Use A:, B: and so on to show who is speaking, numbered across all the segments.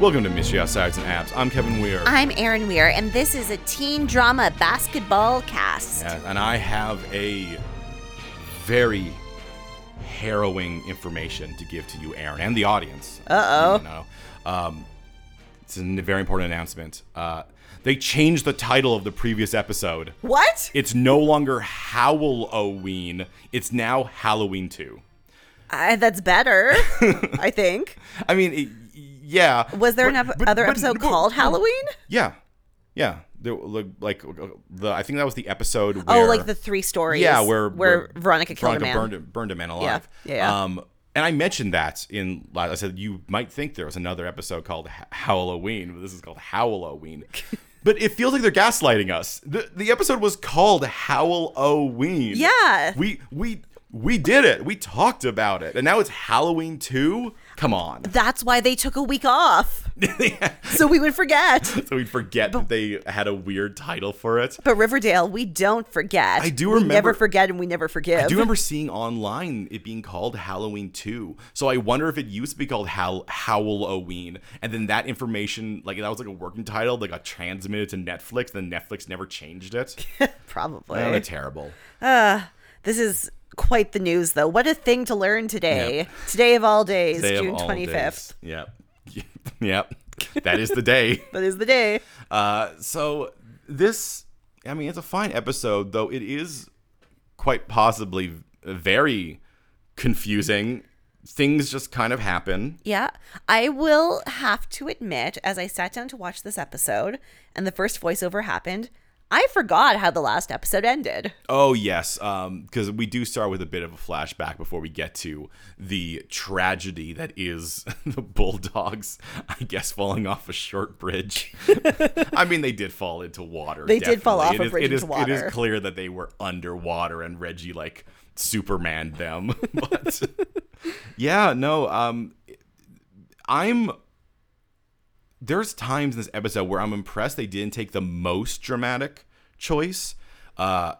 A: Welcome to Miss You Outsides and Abs. I'm Kevin Weir.
B: I'm Erin Weir, and this is a teen drama basketball cast.
A: Yeah, and I have a very harrowing information to give to you, Aaron, and the audience.
B: Uh-oh.
A: You know, um, it's a very important announcement. Uh, they changed the title of the previous episode.
B: What?
A: It's no longer Halloween. It's now Halloween 2.
B: I, that's better, I think.
A: I mean, it, yeah.
B: Was there
A: but-
B: an ep-
A: but-
B: other
A: but-
B: episode
A: but-
B: called Halloween?
A: Yeah, yeah. There, like, like uh, the I think that was the episode.
B: Oh,
A: Where,
B: like the three stories.
A: yeah, where
B: where Veronica killed a
A: Veronica
B: man.
A: burned burned a man alive.
B: Yeah, yeah, yeah.
A: Um, and I mentioned that in I said you might think there was another episode called H- Halloween, but this is called Halloween. But it feels like they're gaslighting us. The, the episode was called Halloween.
B: Yeah.
A: We we we did it. We talked about it. And now it's Halloween 2. Come on.
B: That's why they took a week off, so we would forget.
A: So we forget that they had a weird title for it.
B: But Riverdale, we don't forget.
A: I do
B: We never
A: remember-
B: forget, and we never forgive.
A: I do remember seeing online it being called Halloween 2. So I wonder if it used to be called Hal- Halloween. And then that information, like that was like a working title that got transmitted to Netflix. Then Netflix never changed it.
B: Probably.
A: oh, they're terrible.
B: This is quite the news, though. What a thing to learn today. Today of all days,
A: They have
B: June
A: all
B: twenty fifth.
A: days. Yep. yep. That is the day.
B: That is the day.
A: Uh, so this, I mean, it's a fine episode, though it is quite possibly very confusing. Things just kind of happen.
B: Yeah. I will have to admit, as I sat down to watch this episode and the first voiceover happened, I forgot how the last episode ended.
A: Oh yes, because we do start with a bit of a flashback before we get to the tragedy that is the bulldogs. I guess falling off a short bridge. I mean, they did fall into water.
B: They did fall off
A: definitely.
B: a
A: It is-
B: bridge
A: it is-
B: into
A: It
B: water.
A: is clear that they were underwater, and Reggie like Superman them. but yeah, no. Um, I'm there's times in this episode where I'm impressed they didn't take the most dramatic choice. Uh,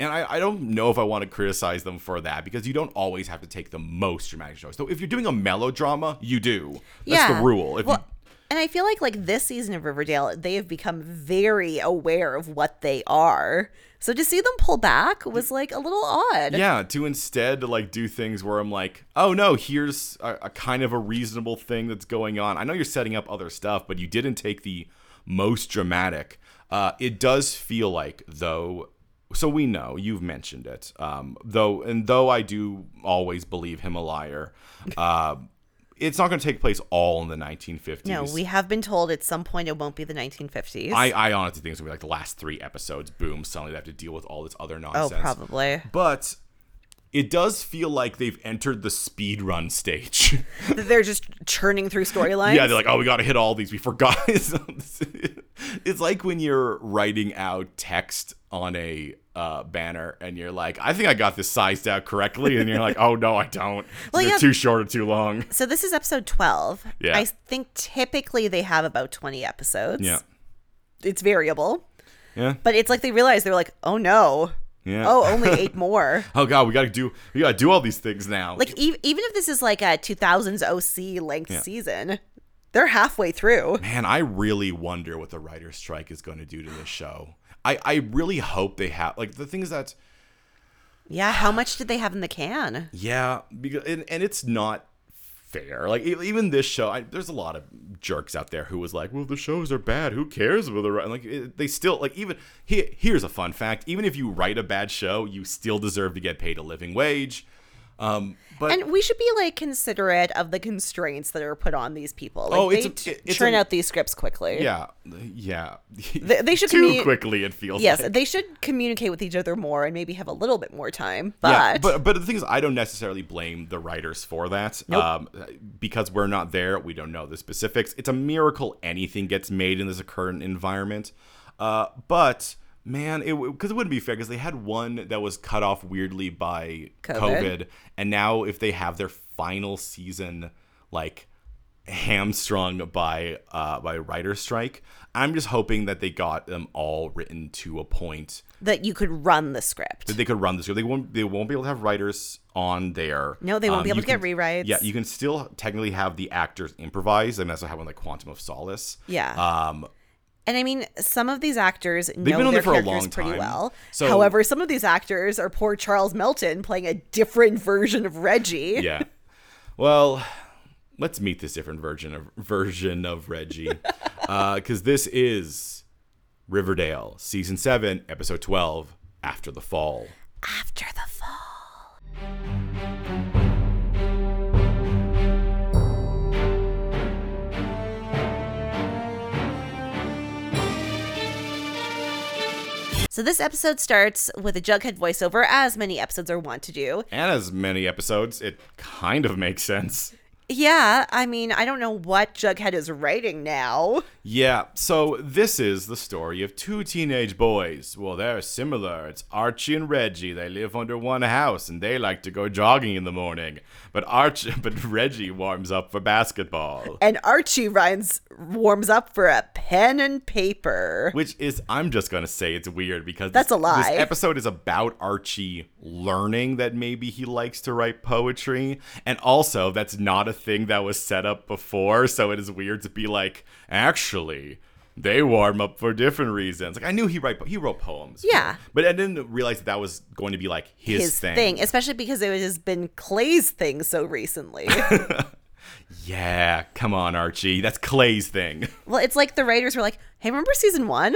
A: and I, I don't know if I want to criticize them for that because you don't always have to take the most dramatic choice. So if you're doing a melodrama, you do. That's
B: yeah.
A: the rule. If
B: well, and I feel like like this season of Riverdale, they have become very aware of what they are. So to see them pull back was like a little odd.
A: you, yeah, to instead like do things where I'm like, oh no, here's a, a kind of a reasonable thing that's going on. I know you're setting up other stuff, but you didn't take the most dramatic. Uh, it does feel like though. So we know you've mentioned it, um, though, and though I do always believe him a liar. Uh, it's not going to take place all in the 1950s.
B: No, we have been told at some point it won't be the 1950s.
A: I, I honestly think it's gonna be like the last three episodes. Boom! Suddenly they have to deal with all this other
B: oh,
A: nonsense.
B: probably.
A: But it does feel like they've entered the speed run stage.
B: They're just churning through storylines.
A: yeah, they're like, oh, we gotta hit all these. We forgot. it's like when you're writing out text on a uh, banner and you're like, I think I got this sized out correctly, and you're like, oh no, I don't.
B: Well,
A: they're
B: yeah.
A: too short or too long.
B: So this is episode 12.
A: Yeah.
B: I think typically they have about 20 episodes.
A: Yeah.
B: It's variable.
A: Yeah.
B: But it's like they realize they're like, "Oh no.
A: Yeah.
B: Oh, only 8 more."
A: Oh god, we gotta do. We gotta do all these things now.
B: Like e- even if this is like a 2000s OC length season, they're halfway through.
A: Man, I really wonder what the writer's strike is going to do to this show. I, I really hope they have like the thing is that
B: Yeah, how much did they have in the can?
A: yeah because and, and it's not fair like e- even this show I, there's a lot of jerks out there who was like well the shows are bad who cares about the wri-" and like it, they still like even he, here's a fun fact even if you write a bad show you still deserve to get paid a living wage um but
B: And we should be like considerate of the constraints that are put on these people. Like
A: Oh, it's
B: they
A: a-
B: t-
A: it- it's
B: churn
A: a-
B: out these scripts quickly.
A: yeah yeah
B: They- they should
A: too
B: commu-
A: quickly it feels
B: Yes,
A: like.
B: they should communicate with each other more and maybe have a little bit more time.
A: Yeah,
B: But,
A: but but the thing is, I don't necessarily blame the writers for that. Um, because we're not there, we don't know the specifics. It's a miracle anything gets made in this current environment. Uh, but man, it because it wouldn't be fair because they had one that was cut off weirdly by
B: COVID.
A: COVID, and now if they have their final season like hamstrung by uh, by writer strike. I'm just hoping that they got them all written to a point
B: that you could run the script.
A: that they could run this. They won't. They won't be able to have writers on there. Um,
B: No, they won't be able
A: you
B: to get
A: can-
B: rewrites.
A: Yeah, you can still technically have the actors improvise. I mean, that's what happened with like Quantum of Solace.
B: Yeah.
A: Um,
B: And I mean, some of these actors know
A: been on
B: their
A: there for a
B: characters
A: long
B: pretty
A: time.
B: well.
A: So-
B: However, some of these actors are poor Charles Melton playing a different version of Reggie.
A: yeah. well, let's meet this different version of version of Reggie, because this is Riverdale season seven, episode twelve, After the Fall.
B: After the fall. So this episode starts with a Jughead voiceover, as many episodes are wont to do.
A: And as many episodes, it kind of makes sense.
B: Yeah, I mean, I don't know what Jughead is writing now.
A: Yeah, so this is the story of two teenage boys. Well, they're similar. It's Archie and Reggie. They live under one house and they like to go jogging in the morning. But Archie but Reggie warms up for basketball,
B: and Archie Rhines warms up for a pen and paper.
A: which is I'm just going to say it's weird because
B: That's
A: this,
B: a lie.
A: This episode is about Archie learning that maybe he likes to write poetry and also that's not a thing that was set up before, so it is weird to be like actually they warm up for different reasons. Like I knew he write he wrote poems.
B: Yeah.
A: But I didn't realize that, that was going to be like his,
B: His thing. especially because it has been Clay's thing so recently.
A: Yeah, come on Archie. That's Clay's thing.
B: well, it's like the writers were like, "Hey, remember season one?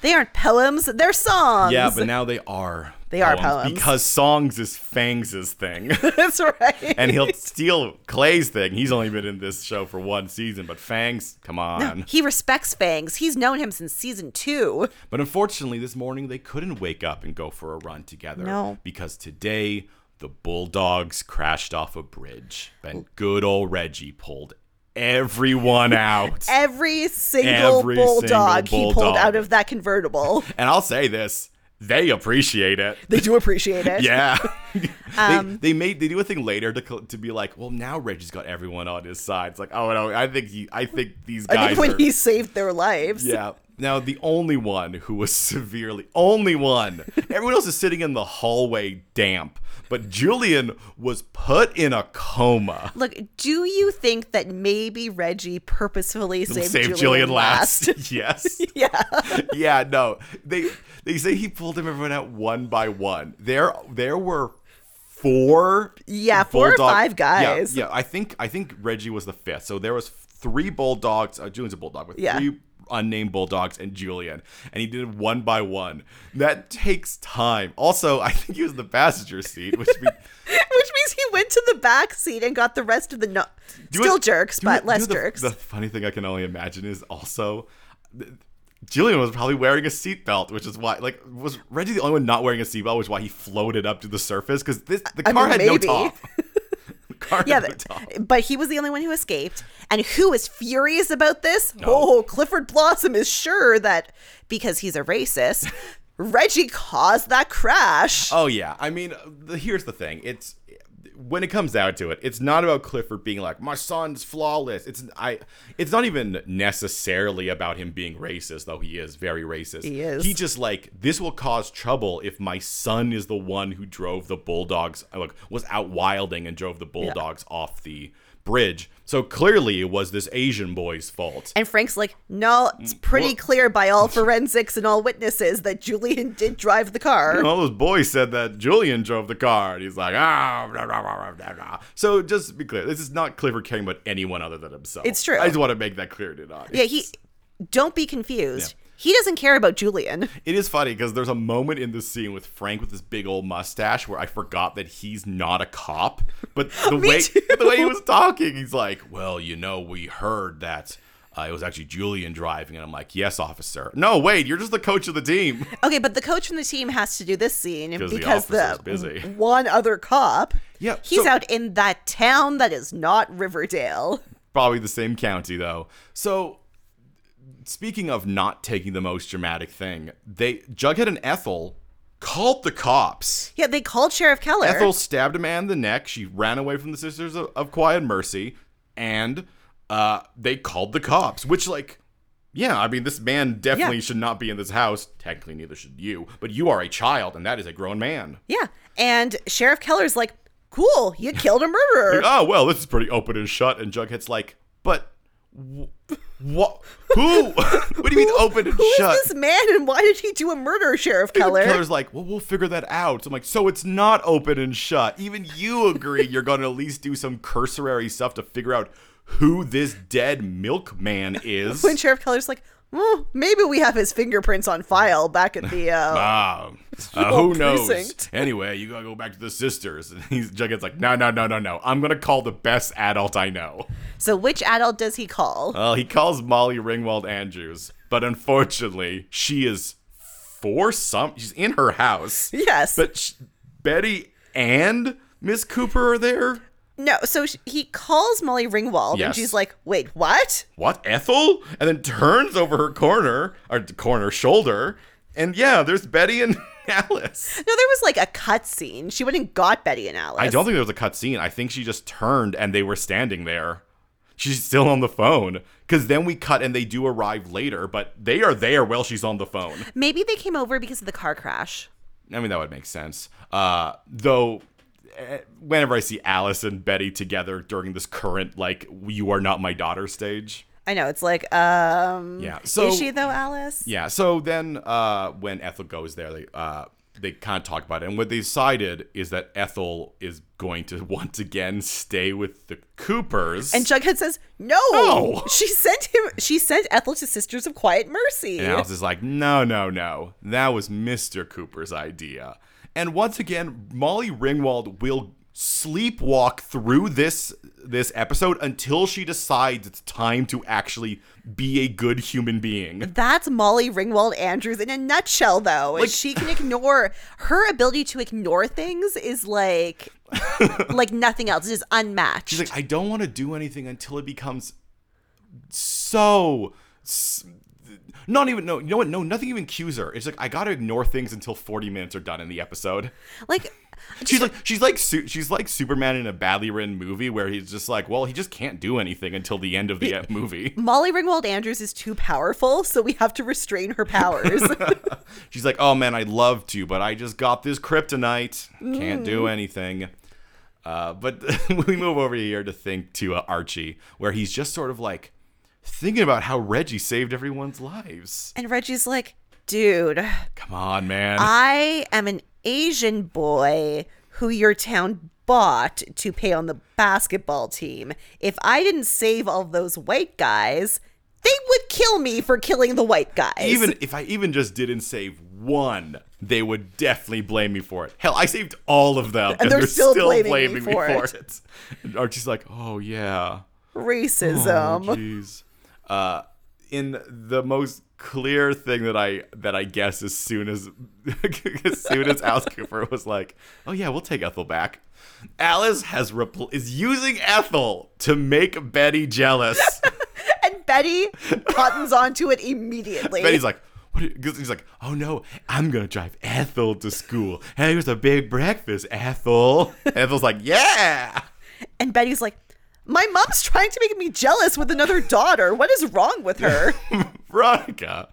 B: They aren't poems; they're songs."
A: yeah, but now they are
B: They are poems.
A: because songs is Fangs' thing.
B: that's right.
A: and he'll steal Clay's thing. He's only been in this show for one season, but Fangs, come on.
B: he respects Fangs. He's known him since season two.
A: But unfortunately, this morning they couldn't wake up and go for a run together
B: No.
A: because today the Bulldogs crashed off a bridge, and good old Reggie pulled everyone out.
B: Every single
A: Every single
B: bulldog he pulled
A: bulldog.
B: out of that convertible,
A: and I'll say this: they appreciate it.
B: they do appreciate it.
A: Yeah,
B: Um,
A: they, they made they do a thing later to cl- to be like, well, now Reggie's got everyone on his side. It's like, oh no, I think he, I think these guys.
B: I think when
A: are-
B: he saved their lives.
A: Yeah. Now the only one who was severely only one. Everyone else is sitting in the hallway damp, but Julian was put in a coma.
B: Look, do you think that maybe Reggie purposefully saved, Julian, last?
A: yes.
B: yeah.
A: yeah, no. They they say he pulled him everyone out one by one. There there were four
B: Yeah, four or five guys.
A: Yeah, yeah, I think I think Reggie was the fifth. So there was three bulldogs, uh, Julian's a bulldog, but
B: Yeah.
A: three unnamed bulldogs and Julian. And he did it one by one. That takes time. Also, I think he was in the passenger seat, which means
B: Which means he went to the back seat and got the rest of the no-
A: Do
B: still
A: it-
B: jerks,
A: do
B: but
A: it- do
B: less
A: the-
B: jerks.
A: The funny thing I can only imagine is also th- Julian was probably wearing a seatbelt, which is why like was Reggie the only one not wearing a seatbelt, which is why he floated up to the surface because this the
B: I
A: car
B: mean,
A: had
B: maybe.
A: no top. The car
B: yeah,
A: had no
B: but,
A: top.
B: but he was the only one who escaped. And who is furious about this? Oh, Clifford Blossom is sure that because he's a racist, Reggie caused that crash.
A: Oh yeah, I mean, the, here's the thing. It's when it comes down to it, it's not about Clifford being like my son's flawless. It's I. It's not even necessarily about him being racist, though he is very racist.
B: He is.
A: He just like this will cause trouble if my son is the one who drove the bulldogs. Like was out wilding and drove the bulldogs off the bridge. So clearly, it was this Asian boy's fault.
B: And Frank's like, no, it's pretty
A: Mm, well-
B: clear by all forensics and all witnesses that Julian did drive the car.
A: And all those boys said that Julian drove the car. And he's like, ah, blah, blah, blah, blah, blah, blah." So just to be clear, this is not Clifford caring about anyone other than himself.
B: It's true.
A: I just want to make that clear to the audience.
B: Yeah, he. Don't be confused. He doesn't care about Julian.
A: It is funny because there's a moment in this scene with Frank with this big old mustache where I forgot that he's not a cop. But the
B: Me
A: way
B: too.
A: the way he was talking, he's like, "Well, you know, we heard that." Uh, it was actually Julian driving, and I'm like, "Yes, officer." No, wait, you're just the coach of the team.
B: Okay, but the coach from the team has to do this scene
A: 'Cause the
B: because the,
A: officer's busy.
B: one other cop.
A: Yeah,
B: He's
A: so-
B: out in that town that is not Riverdale.
A: probably the same county though. So speaking of not taking the most dramatic thing, they Jughead and Ethel called the cops.
B: Yeah, they called Sheriff Keller.
A: Ethel stabbed a man in the neck. She ran away from the Sisters of, of Quiet Mercy, and uh, they called the cops, which, like, yeah, I mean, this man definitely
B: Yeah.
A: should not be in this house. Technically, neither should you, but you are a child, and that is a grown man.
B: Yeah. And Sheriff Keller's like, cool, you killed a murderer.
A: Oh, well, this is pretty open and shut. And Jughead's like, but what? Who? what do you mean open and
B: Who is
A: oh, shut?
B: this man and why did he do a murder, Sheriff Keller?
A: Killer's like, well, we'll figure that out. So I'm like, so it's not open and shut. Even you agree you're going to at least do some cursory stuff to figure out who this dead milkman is.
B: When Sheriff Keller's like, well, maybe we have his fingerprints on file back at the. Uh,
A: Ah, uh, who
B: Small
A: knows?
B: precinct.
A: Anyway, you gotta go back to the sisters. And he's Jughead's like, no, no, no, no, no. I'm gonna call the best adult I know.
B: so which adult does he call?
A: Well, Uh, he calls Molly Ringwald Andrews, but unfortunately, she is for some. She's in her house,
B: yes.
A: but sh Betty and Miss Cooper are there.
B: no, so sh- he calls Molly Ringwald
A: Yes.
B: and she's like, wait, what?
A: What Ethel? And then turns over her corner, or corner shoulder, and yeah, there's Betty and Alice.
B: No, there was like a cut scene. She went and got Betty and Alice.
A: I don't think there was a cut scene. I think she just turned and they were standing there. She's still on the phone because then we cut and they do arrive later, but they are there while she's on the phone.
B: Maybe they came over because of the car crash.
A: I mean, that would make sense. Uh, though, eh, whenever I see Alice and Betty together during this current, like, you are not my daughter stage.
B: I know. It's like, um.
A: Yeah, so-
B: is she though, Alice?
A: Yeah. So then, uh, when Ethel goes there, they uh, they kind of talk about it, and what they decided is that Ethel is going to once again stay with the Coopers.
B: And Jughead says, "No,
A: No.
B: she sent him. She sent Ethel to Sisters of Quiet Mercy."
A: And Alice is like, no, no, no. That was Mr. Cooper's idea. And once again, Molly Ringwald will sleepwalk through this this episode until she decides it's time to actually be a good human being.
B: That's Molly Ringwald Andrews in a nutshell, though. Like, she can ignore her ability to ignore things is like, like nothing else. It is unmatched.
A: She's like, I don't want to do anything until it becomes so s- not even no you know what no nothing even cues her it's like i gotta ignore things until 40 minutes are done in the episode
B: like,
A: She's like she's like su- she's like Superman in a badly written movie where he's just like, well, he just can't do anything until the end of the uh, movie.
B: Molly Ringwald Andrews is too powerful, so we have to restrain her powers.
A: She's like, oh man, I'd love to, but I just got this kryptonite, can't do anything. Uh, but we move over here to think to uh, Archie, where he's just sort of like thinking about how Reggie saved everyone's lives.
B: and Reggie's like, "Dude,
A: Come on, man.
B: I am an Asian boy who your town bought to pay on the basketball team. If I didn't save all those white guys, they would kill me for killing the white guys.
A: even if I even just didn't save one, they would definitely blame me for it. Hell, I saved all of them, and,
B: they're still blaming me for
A: it. And Archie's like, "Oh yeah, oh
B: racism.
A: jeez." uh, in the most clear thing that I that I guess as soon as as soon as Alice Cooper was like, "Oh yeah, we'll take Ethel back," Alice has repl- is using Ethel to make Betty jealous.
B: and Betty cottons onto it immediately.
A: Betty's like, what? are you- 'cause he's like, oh no, I'm gonna drive Ethel to school. Hey, here's a big breakfast, Ethel. Ethel's like, yeah.
B: and Betty's like, my mom's trying to make me jealous with another daughter. What is wrong with her?
A: Veronica,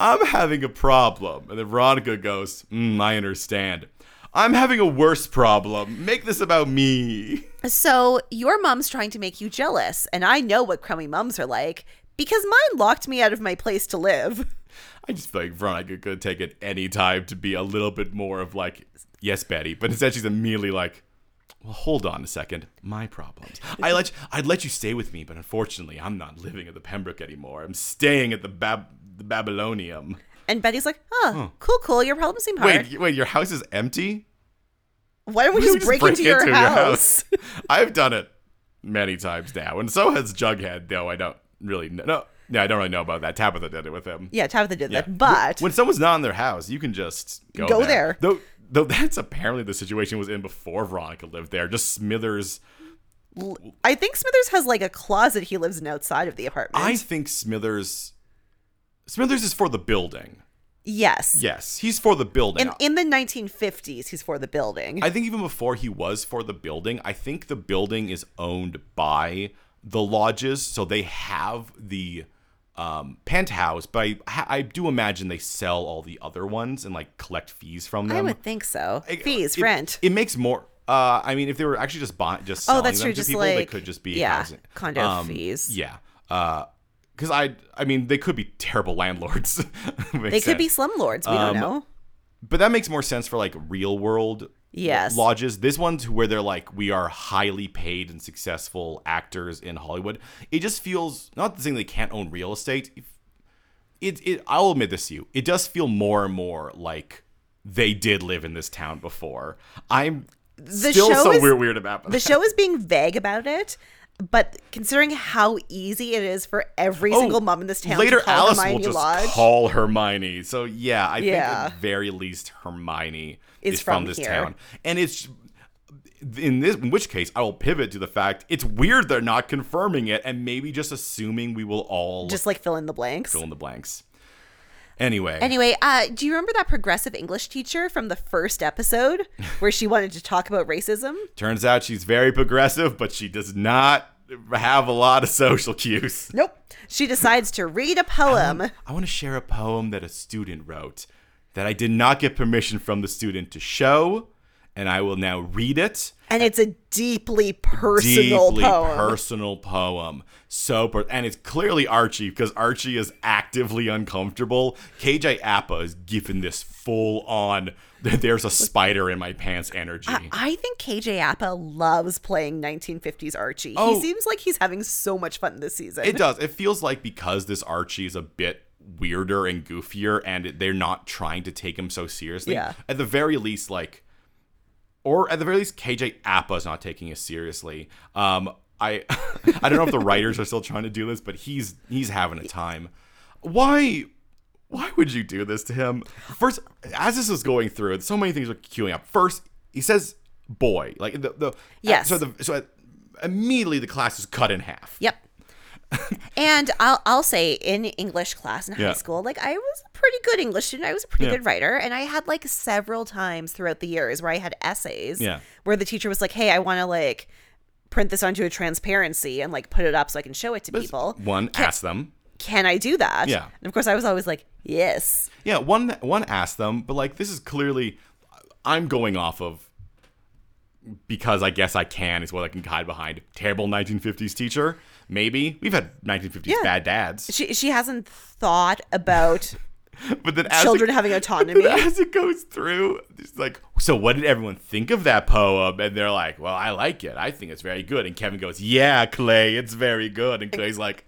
A: I'm having a problem. And then Veronica goes, mm, I understand. I'm having a worse problem. Make this about me.
B: So your mom's trying to make you jealous, and I know what crummy moms are like because mine locked me out of my place to live.
A: I just feel like Veronica could take it any time to be a little bit more of like, yes, Betty, but instead she's immediately like, well, hold on a second, my problems. I let I'd let you stay with me, but unfortunately, I'm not living at the Pembroke anymore. I'm staying at the Bab the Babylonium.
B: And Betty's like, huh, cool, cool. Your problem seem hard.
A: Hmm. Wait, wait, your house is empty.
B: Why don't we just, break, into, your, house?
A: I've done it many times now, and so has Jughead. Though I don't really know. No, yeah, I don't really know about that. Tabitha did it with him.
B: yeah, Tabitha did that.
A: Yeah.
B: But
A: when someone's not in their house, you can just go,
B: Go there.
A: Though, though that's apparently the situation was in before Veronica lived there. Just Smithers.
B: I think Smithers has like a closet he lives in outside of the apartment.
A: I think Smithers. Smithers is for the building.
B: yes.
A: Yes, he's for the building.
B: In, in the 1950s, he's for the building.
A: I think even before he was for the building, I think the building is owned by the lodges, so they have the um, penthouse, but I, I do imagine they sell all the other ones and like collect fees from them.
B: I would think so.
A: It-
B: Fees,
A: it-
B: rent.
A: It makes more. Uh, I mean, if they were actually just buying, just
B: Oh,
A: selling
B: that's
A: them
B: true,
A: to
B: just
A: people, they
B: like-
A: could just be
B: yeah,
A: housing. Um,
B: condo fees.
A: Yeah, because I, I mean, they could be terrible landlords.
B: they could be slumlords. We
A: um,
B: don't know.
A: but that makes more sense for like real world.
B: Yes.
A: lodges. This one's where they're like, we are highly paid and successful actors in Hollywood. It just feels not the thing they can't own real estate. It, it. I'll admit this to you. It does feel more and more like they did live in this town before. I'm
B: The
A: still
B: show
A: so
B: is-
A: weird, weird about that.
B: The show is being vague about it, but considering how easy it is for every single mom in this town
A: Oh, Later,
B: to call
A: Alice
B: Hermione
A: will just
B: Lodge,
A: call Hermione. So yeah, I think
B: Yeah.
A: at the very least Hermione
B: Is
A: is, from,
B: from
A: this
B: here.
A: town, and it's in this. In which case, I will pivot to the fact it's weird they're not confirming it, and maybe just assuming we will all
B: just like fill in the blanks.
A: fill in the blanks. Anyway,
B: Anyway, uh, do you remember that progressive English teacher from the first episode where she wanted to talk about racism?
A: turns out she's very progressive, but she does not have a lot of social cues.
B: Nope. She decides to read a poem.
A: I want to share a poem that a student wrote that I did not get permission from the student to show, and I will now read it.
B: And it's a deeply personal
A: Deeply
B: poem.
A: personal poem. So, per- and it's clearly Archie because Archie is actively uncomfortable. KJ Appa is giving this full on. There's a spider in my pants energy.
B: I think KJ Appa loves playing 1950s Archie.
A: Oh.
B: He seems like he's having so much fun this season.
A: It does. It feels like because this Archie is a bit weirder and goofier, and it- they're not trying to take him so seriously.
B: Yeah.
A: At the very least, like, or at the very least, KJ Appa's not taking us seriously. Um, I, I don't know if the writers are still trying to do this, but he's he's having a time. Why? Why would you do this to him? First, as this is going through, so many things are queuing up. First, he says "boy," like the the
B: Yes.
A: So the so immediately the class is cut in half.
B: Yep. and I'll I'll say in English class in high
A: Yeah.
B: school, like I was a pretty good English student. I was a pretty
A: Yeah.
B: good writer, and I had like several times throughout the years where I had essays
A: Yeah.
B: where the teacher was like, "Hey, I want to like print this onto a transparency and like put it up so I can show it to people.
A: One, ask them.
B: Can I do that?"
A: Yeah.
B: And of course, I was always like, "Yes."
A: Yeah, one one ask them, but like this is clearly I'm going off of because I guess I can is what I can hide behind. Terrible 1950s teacher, maybe. We've had 1950s
B: Yeah.
A: bad dads.
B: She she hasn't thought about
A: But then as
B: children
A: it,
B: having autonomy.
A: but as it goes through, it's like, so what did everyone think of that poem? And they're like, well, I like it. I think it's very good. And Kevin goes, yeah, Clay, it's very good. And Clay's like,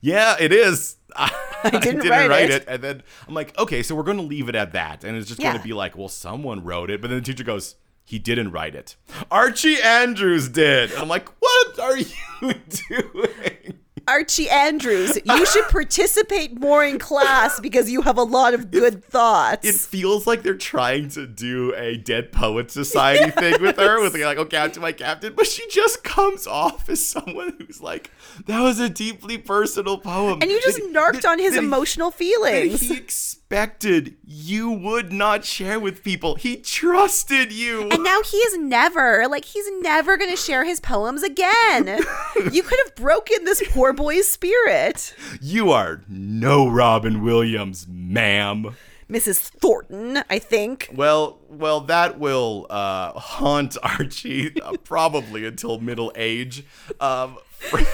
A: yeah, it is. I,
B: didn't write it.
A: And then I'm like, okay, so we're going to leave it at that. And it's just going
B: Yeah.
A: to be like, well, someone wrote it. But then the teacher goes, he didn't write it. Archie Andrews did. And I'm like, what are you doing?
B: Archie Andrews, you should participate more in class because you have a lot of good thoughts.
A: it feels like they're trying to do a dead poet society thing with her with like oh captain my captain but she just comes off as someone who's like that was a deeply personal poem
B: And you just
A: that-
B: narked
A: that-
B: on his
A: that he-
B: emotional
A: that
B: feelings.
A: he expected you would not share with people he trusted you
B: and now he is never, like, he's never going to share his poems again. you could have broken this poor boy's spirit.
A: you are no robin williams ma'am
B: Mrs. Thornton, I think.
A: Well, well, that will uh, haunt Archie uh, probably until middle age. Um,
B: Well,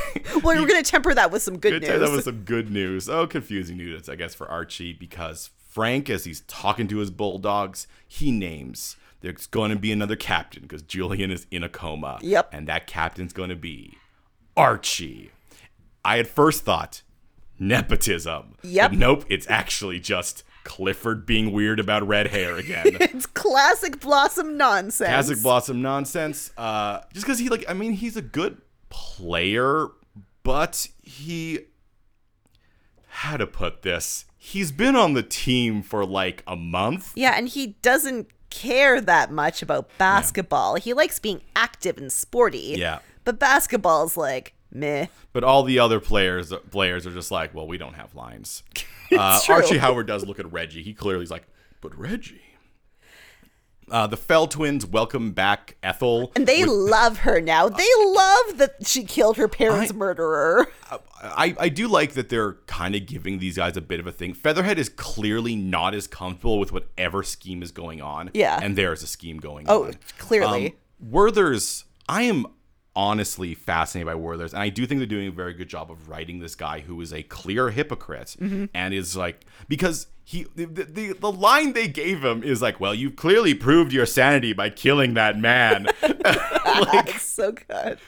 B: we're going to temper that with some good,
A: Good
B: news.
A: time. That was some good news. Oh, confusing news, I guess, for Archie because Frank, as he's talking to his bulldogs, he names there's going to be another captain because Julian is in a coma.
B: Yep.
A: And that captain's going to be Archie. I at first thought nepotism.
B: Yep.
A: But nope, it's actually just Clifford being weird about red hair again.
B: it's classic Blossom nonsense.
A: Aztec Blossom nonsense. Uh, just because he like, I mean, he's a good player, but he how to put this? He's been on the team for like a month.
B: yeah, and he doesn't care that much about basketball. He likes being active and sporty.
A: Yeah.
B: But basketball's like, meh.
A: But all the other players players are just like, well, we don't have lines. Uh,
B: true.
A: Archie Howard does look at Reggie. He clearly is like, but Reggie Uh, the Fell twins welcome back Ethel.
B: And they love her now. They
A: Uh,
B: love that she killed her parents' murderer.
A: I, I do like that they're kind of giving these guys a bit of a thing. Featherhead is clearly not as comfortable with whatever scheme is going on.
B: Yeah.
A: And there's a scheme going
B: Oh,
A: on.
B: clearly.
A: Um, Werther's, I am honestly fascinated by Werther's, and I do think they're doing a very good job of writing this guy who is a clear hypocrite
B: Mm-hmm.
A: and is like because he the, the the line they gave him is like, well, you've clearly proved your sanity by killing that man. um,
B: it's so good.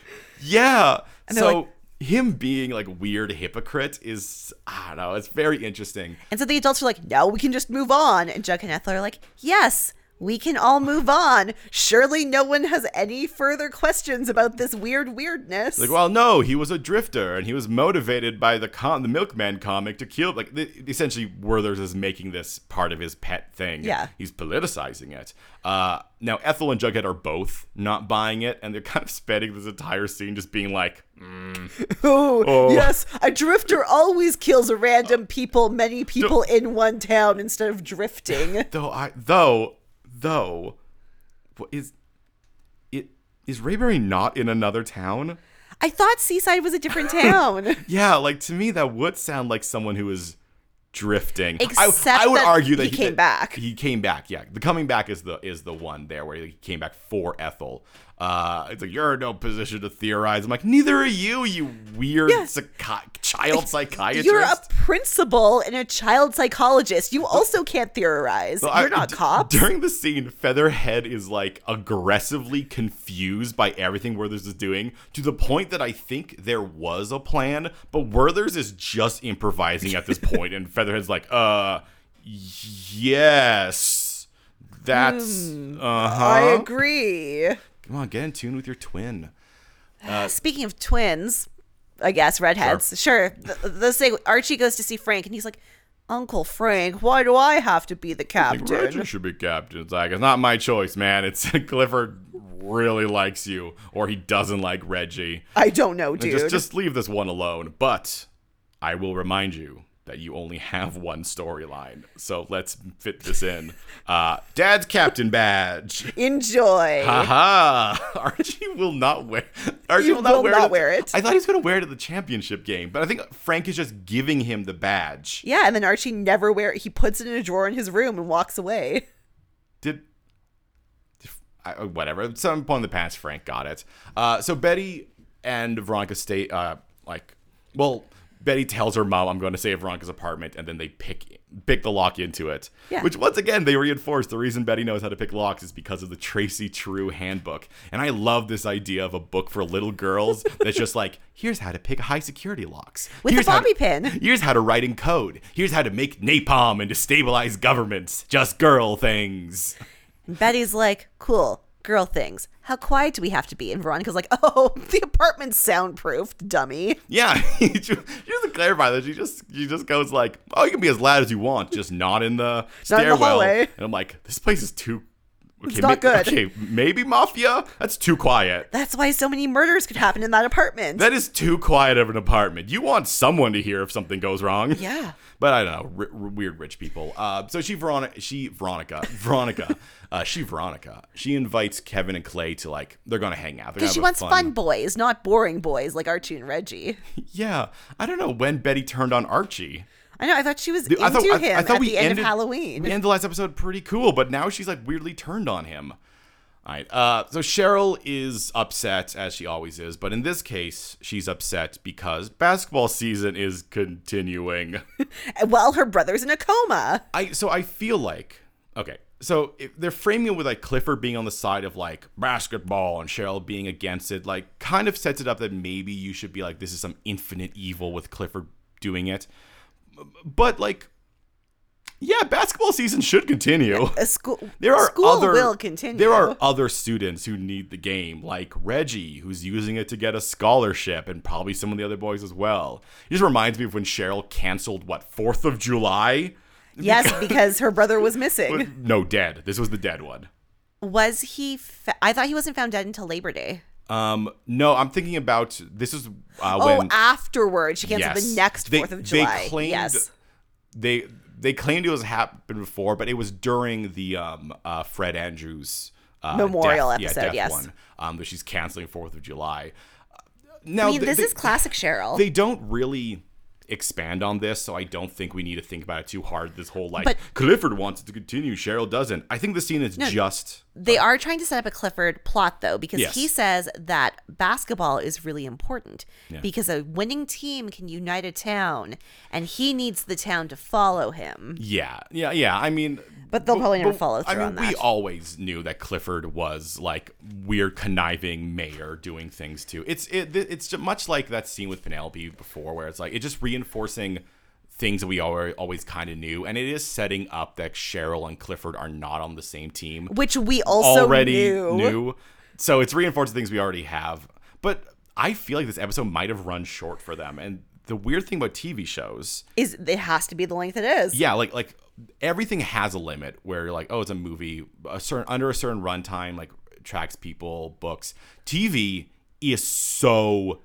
A: Yeah.
B: they're
A: So him being like weird hypocrite is I don't know, it's very interesting.
B: And so the adults are like, no, we can just move on. And Jughead and Ethel are like, yes, we can all move on. Surely no one has any further questions about this weird weirdness.
A: Like, well, no, he was a drifter and he was motivated by the con- the Milkman comic to kill like th- essentially Werther's is making this part of his pet thing.
B: Yeah.
A: He's politicizing it. Uh now Ethel and Jughead are both not buying it and they're kind of spending this entire scene just being like,
B: Ooh,
A: oh.
B: Yes, a drifter always kills random people, many people in one town instead of drifting.
A: though I though though what is it is Rayberry not in another town?
B: I thought Seaside was a different town.
A: Yeah, like to me, that would sound like someone who is drifting. I-
B: Except
A: I, would
B: that
A: argue that
B: he came back.
A: He came back. Yeah, the coming back is the is the one there where he came back for Ethel. Uh, it's like you're in no position to theorize. I'm like, neither are you, you weird
B: Yeah.
A: psychi- child psychiatrist.
B: You're a principal and a child psychologist. You also can't theorize.
A: I-
B: You're not
A: d-
B: cops.
A: During the scene, Featherhead is like aggressively confused by everything Werther's is doing to the point that I think there was a plan, but Werther's is just improvising at this point, and Featherhead's like, uh, yes, that's
B: Hmm.
A: uh
B: I
A: huh.
B: agree.
A: Come on, get in tune with your twin.
B: Speaking of twins, I guess redheads. Sure. Th- this thing Archie goes to see Frank and he's like, "Uncle Frank, why do I have to be the
A: Like,
B: captain?"
A: Reggie should be captain. It's like it's not my choice, man. It's Clifford really likes you, or he doesn't like Reggie.
B: I don't know,
A: And
B: dude.
A: Just just leave this one alone. But I will remind you that you only have one storyline. So let's fit this in. Uh, Dad's Captain Badge.
B: Enjoy.
A: Aha! Archie will not wear. Archie
B: You
A: will not,
B: will
A: wear,
B: not
A: it.
B: wear it.
A: I thought he was going to wear it at the championship game, but I think Frank is just giving him the badge.
B: yeah, and then Archie never wear it. He puts it in a drawer in his room and walks away.
A: did I, uh, whatever at some point in the past frank got it uh, so betty and veronica stay uh, like well betty tells her mom i'm going to save veronica's apartment and then they pick pick the lock into it
B: Yeah.
A: which once again they reinforce the reason betty knows how to pick locks is because of the tracy true handbook and i love this idea of a book for little girls that's just like here's how to pick high security locks
B: With a
A: Here's how to-
B: bobby pin.
A: Here's how to write in code. Here's how to make napalm and destabilize governments. Just girl things.
B: And Betty's like, "Cool, girl things. How quiet do we have to be?" And Veronica's like, "Oh, the apartment's soundproofed, dummy."
A: Yeah, she she doesn't clarify that. She just she just goes like, "Oh, you can be as loud as you want, just not in the
B: Not in the
A: stairwell."
B: hallway.
A: and I'm like, "This place is too." Okay,
B: It's not good.
A: Okay, maybe mafia. That's too quiet.
B: That's why so many murders could happen in that apartment.
A: That is too quiet of an apartment. You want someone to hear if something goes wrong.
B: Yeah.
A: But I don't know, r- r- weird rich people. Uh, so she Veronica, she Veronica, Veronica, uh, she Veronica. She invites Kevin and Clay to like they're gonna hang out. They're gonna
B: Because she
A: have a
B: wants fun. boys, not boring boys like Archie and Reggie.
A: Yeah, I don't know when Betty turned on Archie.
B: I know. I thought she was
A: Dude,
B: into him at the end
A: ended-
B: of Halloween.
A: We ended the last episode pretty cool, but now she's like weirdly turned on him. All right. Uh, so Cheryl is upset as she always is, but in this case, she's upset because basketball season is continuing.
B: While her brother's in a coma.
A: I so I feel like okay. So if they're framing it with like Clifford being on the side of like basketball and Cheryl being against it, like kind of sets it up that maybe you should be like this is some infinite evil with Clifford doing it. But like, yeah, basketball season should continue.
B: A school.
A: There are
B: school
A: other
B: will continue.
A: There are other students who need the game, like Reggie, who's using it to get a scholarship, and probably some of the other boys as well. It just reminds me of when Cheryl canceled what Fourth of July.
B: yes, because her brother was missing.
A: No, dead. This was the dead one.
B: Was he? Fa- I thought he wasn't found dead until Labor Day.
A: Um, no, I'm thinking about this is uh,
B: Oh,
A: when
B: afterward, she canceled
A: Yes.
B: the next
A: They-
B: Fourth of
A: they
B: July.
A: claimed-
B: yes,
A: they they claimed it was happened before, but it was during the um, uh, Fred Andrews uh,
B: Memorial
A: death- yeah,
B: episode,
A: death
B: yes.
A: one um, that she's canceling Fourth of July. Uh, Now,
B: I mean,
A: th-
B: this
A: th-
B: is classic Cheryl.
A: they don't really expand on this, so I don't think we need to think about it too hard. This whole like
B: But-
A: Clifford wants it to continue, Cheryl doesn't. I think the scene is just
B: They are trying to set up a Clifford plot though, because
A: Yes.
B: he says that basketball is really important because a winning team can unite a town, and he needs the town to follow him.
A: yeah, yeah, yeah. I mean,
B: But they'll probably never
A: but-
B: follow through
A: I mean,
B: on that.
A: we always knew that Clifford was like weird, conniving mayor doing things too. It's it, th- it's ju- much like that scene with Penelope before, where it's like it's just reinforcing things that we always always kind of knew, and it is setting up that Cheryl and Clifford are not on the same team.
B: which we also
A: already
B: knew.
A: So it's reinforcing things we already have. But I feel like this episode might have run short for them. And the weird thing about TV shows,
B: Is it has to be the length it is?
A: yeah, like like everything has a limit where you're like, oh, it's a movie, a certain under a certain runtime, like tracks people, books. TV is so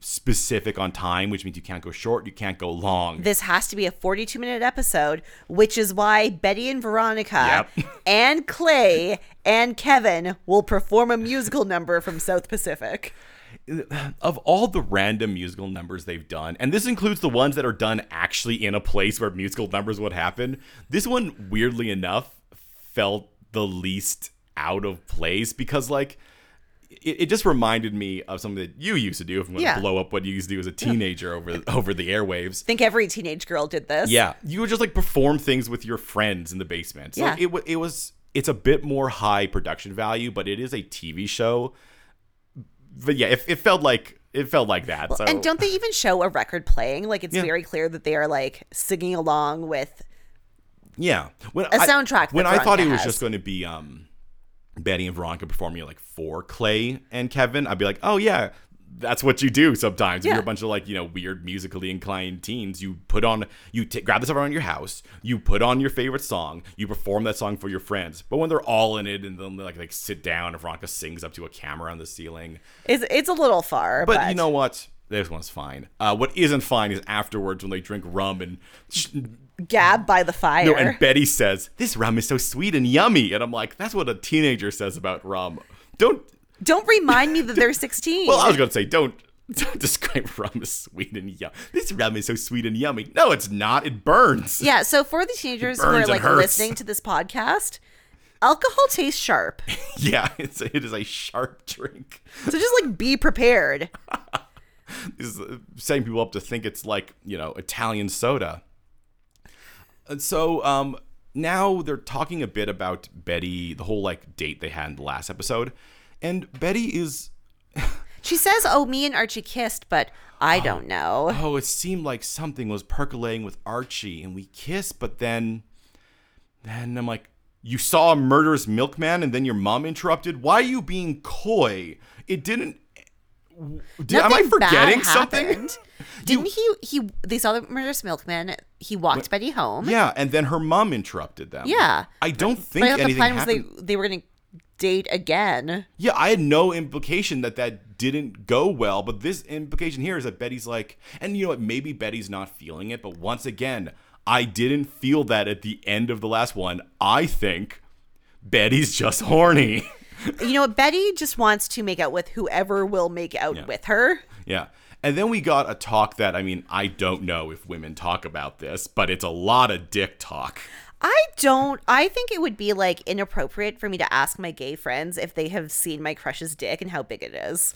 A: specific on time, which means you can't go short, you can't go long.
B: This has to be a 42 minute episode, which is why Betty and Veronica
A: Yep.
B: and Clay and Kevin will perform a musical number from South Pacific.
A: of all the random musical numbers they've done, and this includes the ones that are done actually in a place where musical numbers would happen, this one, weirdly enough, felt the least out of place because, like, it, it just reminded me of something that you used to do. If I'm going to
B: Yeah.
A: blow up what you used to do as a teenager over over the airwaves,
B: think every teenage girl did this.
A: yeah, you would just like perform things with your friends in the basement. So
B: Yeah.
A: it wa- it was it's a bit more high production value, but it is a TV show. But yeah, it, it felt like it felt like that. so
B: And don't they even show a record playing? Like it's
A: Yeah.
B: very clear that they are like singing along with
A: yeah, when a
B: soundtrack that
A: when I thought it
B: Veronica
A: was
B: has.
A: just going to be um Betty and Veronica performing like for Clay and Kevin, I'd be like, oh yeah. That's what you do sometimes. When
B: Yeah.
A: You're a bunch of like you know weird musically inclined teens. You put on you t- grab the stuff around your house. You put on your favorite song. You perform that song for your friends. But when they're all in it and then they like like sit down and Veronica sings up to a camera on the ceiling,
B: it's it's a little far, but,
A: But you know what? This one's fine. Uh, what isn't fine is afterwards when they drink rum and sh-
B: Gab by the fire.
A: no, and Betty says this rum is so sweet and yummy, and I'm like, that's what a teenager says about rum. Don't.
B: Don't remind me that they're 16.
A: Well, I was gonna say don't. Don't describe rum as sweet and yummy. This rum is so sweet and yummy. No, it's not. It burns.
B: Yeah, so for the teenagers who
A: burns
B: are
A: and
B: like
A: hurts.
B: listening to this podcast, alcohol tastes sharp.
A: Yeah, it's it is a sharp drink.
B: So just like be prepared.
A: This is uh, setting people up to think it's like you know Italian soda. And so um, now they're talking a bit about Betty, the whole like date they had in the last episode, and Betty is
B: She says, "Oh, me and Archie kissed, but I don't know."
A: oh, it seemed like something was percolating with Archie, and we kissed, but then, then I'm like, you saw a murderous milkman, and then your mom interrupted. Why are you being coy? It didn't. Did, am I
B: Nothing bad
A: forgetting something?
B: happened. Didn't he? He they saw the murderous milkman. He walked Betty home.
A: Yeah, and then her mom interrupted them.
B: Yeah.
A: I don't
B: But
A: think
B: I thought the
A: anything
B: plan
A: happened.
B: was they they were gonna date again.
A: Yeah, I had no implication that that didn't go well, but this implication here is that Betty's like, and you know what? Maybe Betty's not feeling it, but once again, I didn't feel that at the end of the last one. I think Betty's just horny.
B: You know what? Betty just wants to make out with whoever will make out with her.
A: yeah. And then we got a talk that, I mean, I don't know if women talk about this, but it's a lot of dick talk.
B: I don't. I think it would be like inappropriate for me to ask my gay friends if they have seen my crush's dick and how big it is.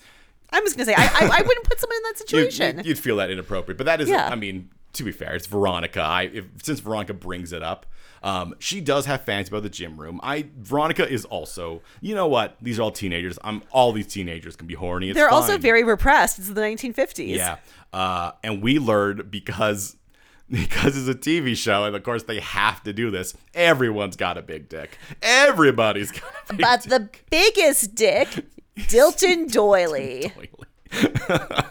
B: I'm just gonna say I I, I wouldn't put someone in that
A: You'd,
B: situation.
A: you'd feel that inappropriate, but that is,
B: Yeah.
A: I mean, to be fair, it's Veronica. I if, since Veronica brings it up, um, she does have fans about the gym room. I Veronica is also, you know what? These are all teenagers. I'm all these teenagers can be horny. It's
B: They're also
A: fine.
B: very repressed. It's the 1950s.
A: yeah. Uh, and we learned because because it's a TV show, and of course they have to do this. Everyone's got a big dick. Everybody's got a big
B: But the biggest dick, Dilton Doily.
A: dick.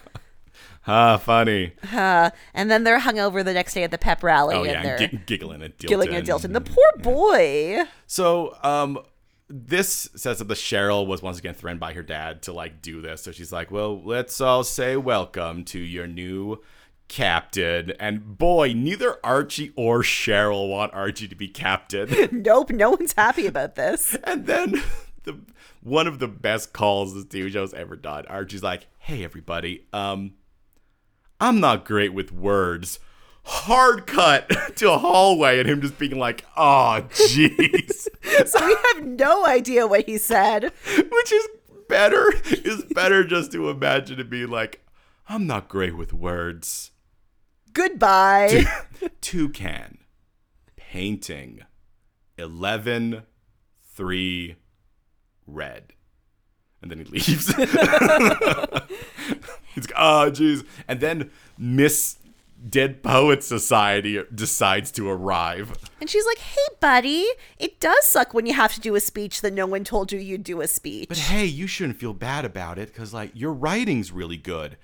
A: ah, funny.
B: And then they're hung over the next day at the pep rally
A: Oh
B: and
A: yeah,
B: they're
A: and gi- giggling at Dilton.
B: killing a Dilton. The poor boy.
A: So, um, this says that the Cheryl was once again threatened by her dad to like do this. So she's like, "Well, let's all say welcome to your new captain. And boy, neither Archie or Cheryl want Archie to be captain.
B: Nope, no one's happy about this.
A: And then the one of the best calls this TV show's ever done. Archie's like, "Hey everybody, um, I'm not great with words." Hard cut to a hallway and him just being like, "Oh, jeez,"
B: So we have no idea what he said.
A: which is better. Is better just to imagine it being like, "I'm not great with words."
B: Goodbye.
A: toucan painting 11 3 red and then he leaves he's like oh jeez and then miss dead poet society decides to arrive
B: And she's like, hey, buddy, it does suck when you have to do a speech that no one told you you'd do a speech.
A: but hey you shouldn't feel bad about it because like your writing's really good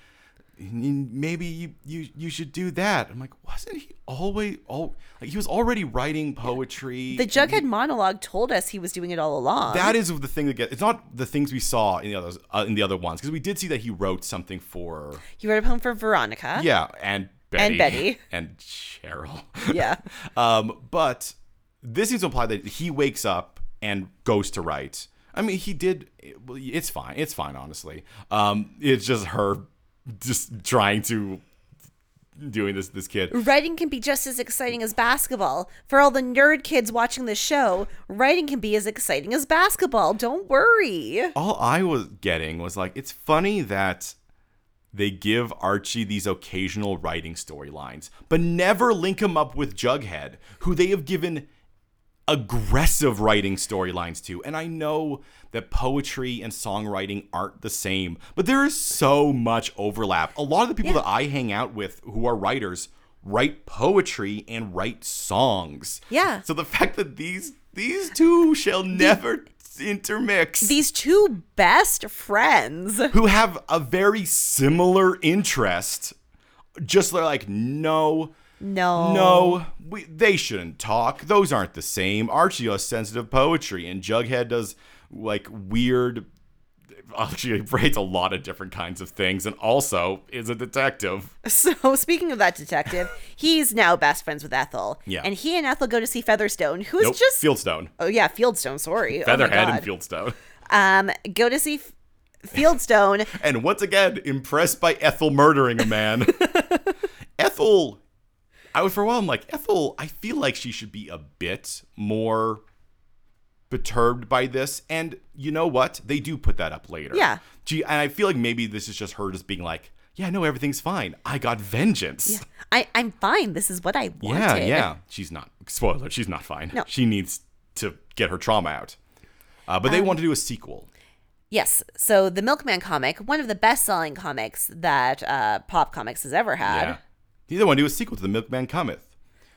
A: N- maybe you, you you should do that i'm like wasn't he always all like he was already writing poetry
B: the Jughead monologue told us he was doing it all along.
A: That is the thing that gets. It's not the things we saw in the others uh, in the other ones because we did see that he wrote something for
B: he wrote a poem for Veronica.
A: yeah and Betty
B: Uh, And Betty.
A: and Cheryl.
B: Yeah.
A: um, but this seems to imply that he wakes up and goes to write. I mean, he did. well, It's fine. It's fine. Honestly, um, it's just her just trying to doing this this kid
B: Writing can be just as exciting as basketball. For all the nerd kids watching this show, writing can be as exciting as basketball. Don't worry.
A: all I was getting was like, it's funny that they give Archie these occasional writing storylines, but never link him up with Jughead, who they have given aggressive writing storylines to. And I know that poetry and songwriting aren't the same, but there is so much overlap. A lot of the people that I hang out with who are writers write poetry and write songs.
B: Yeah.
A: So the fact that these these two shall never intermix
B: These two best friends.
A: who have a very similar interest just they're like no
B: No.
A: no we, they shouldn't talk those aren't the same archie does sensitive poetry and jughead does like weird Archie writes a lot of different kinds of things and also is a detective
B: So speaking of that detective, he's now best friends with Ethel.
A: Yeah.
B: And he and Ethel go to see Featherstone, who is
A: nope
B: just
A: fieldstone
B: oh yeah, Fieldstone. Sorry, oh my
A: featherhead
B: God.
A: and fieldstone
B: Um, go to see F- Fieldstone.
A: and once again impressed by Ethel murdering a man. Ethel, I was for a while. I'm like Ethel. I feel like she should be a bit more perturbed by this. And you know what? They do put that up later.
B: Yeah.
A: Gee, and I feel like maybe this is just her just being like, yeah, no, everything's fine. I got vengeance.
B: I I'm fine. This is what I wanted.
A: Yeah, yeah. She's not. Spoiler, she's not fine.
B: No.
A: She needs to get her trauma out. Uh, but they
B: Um,
A: want to do a sequel.
B: Yes. So the Milkman comic, one of the best-selling comics that uh, Pop Comics has ever had.
A: Yeah. He's the one to do a sequel to The Milkman Cometh.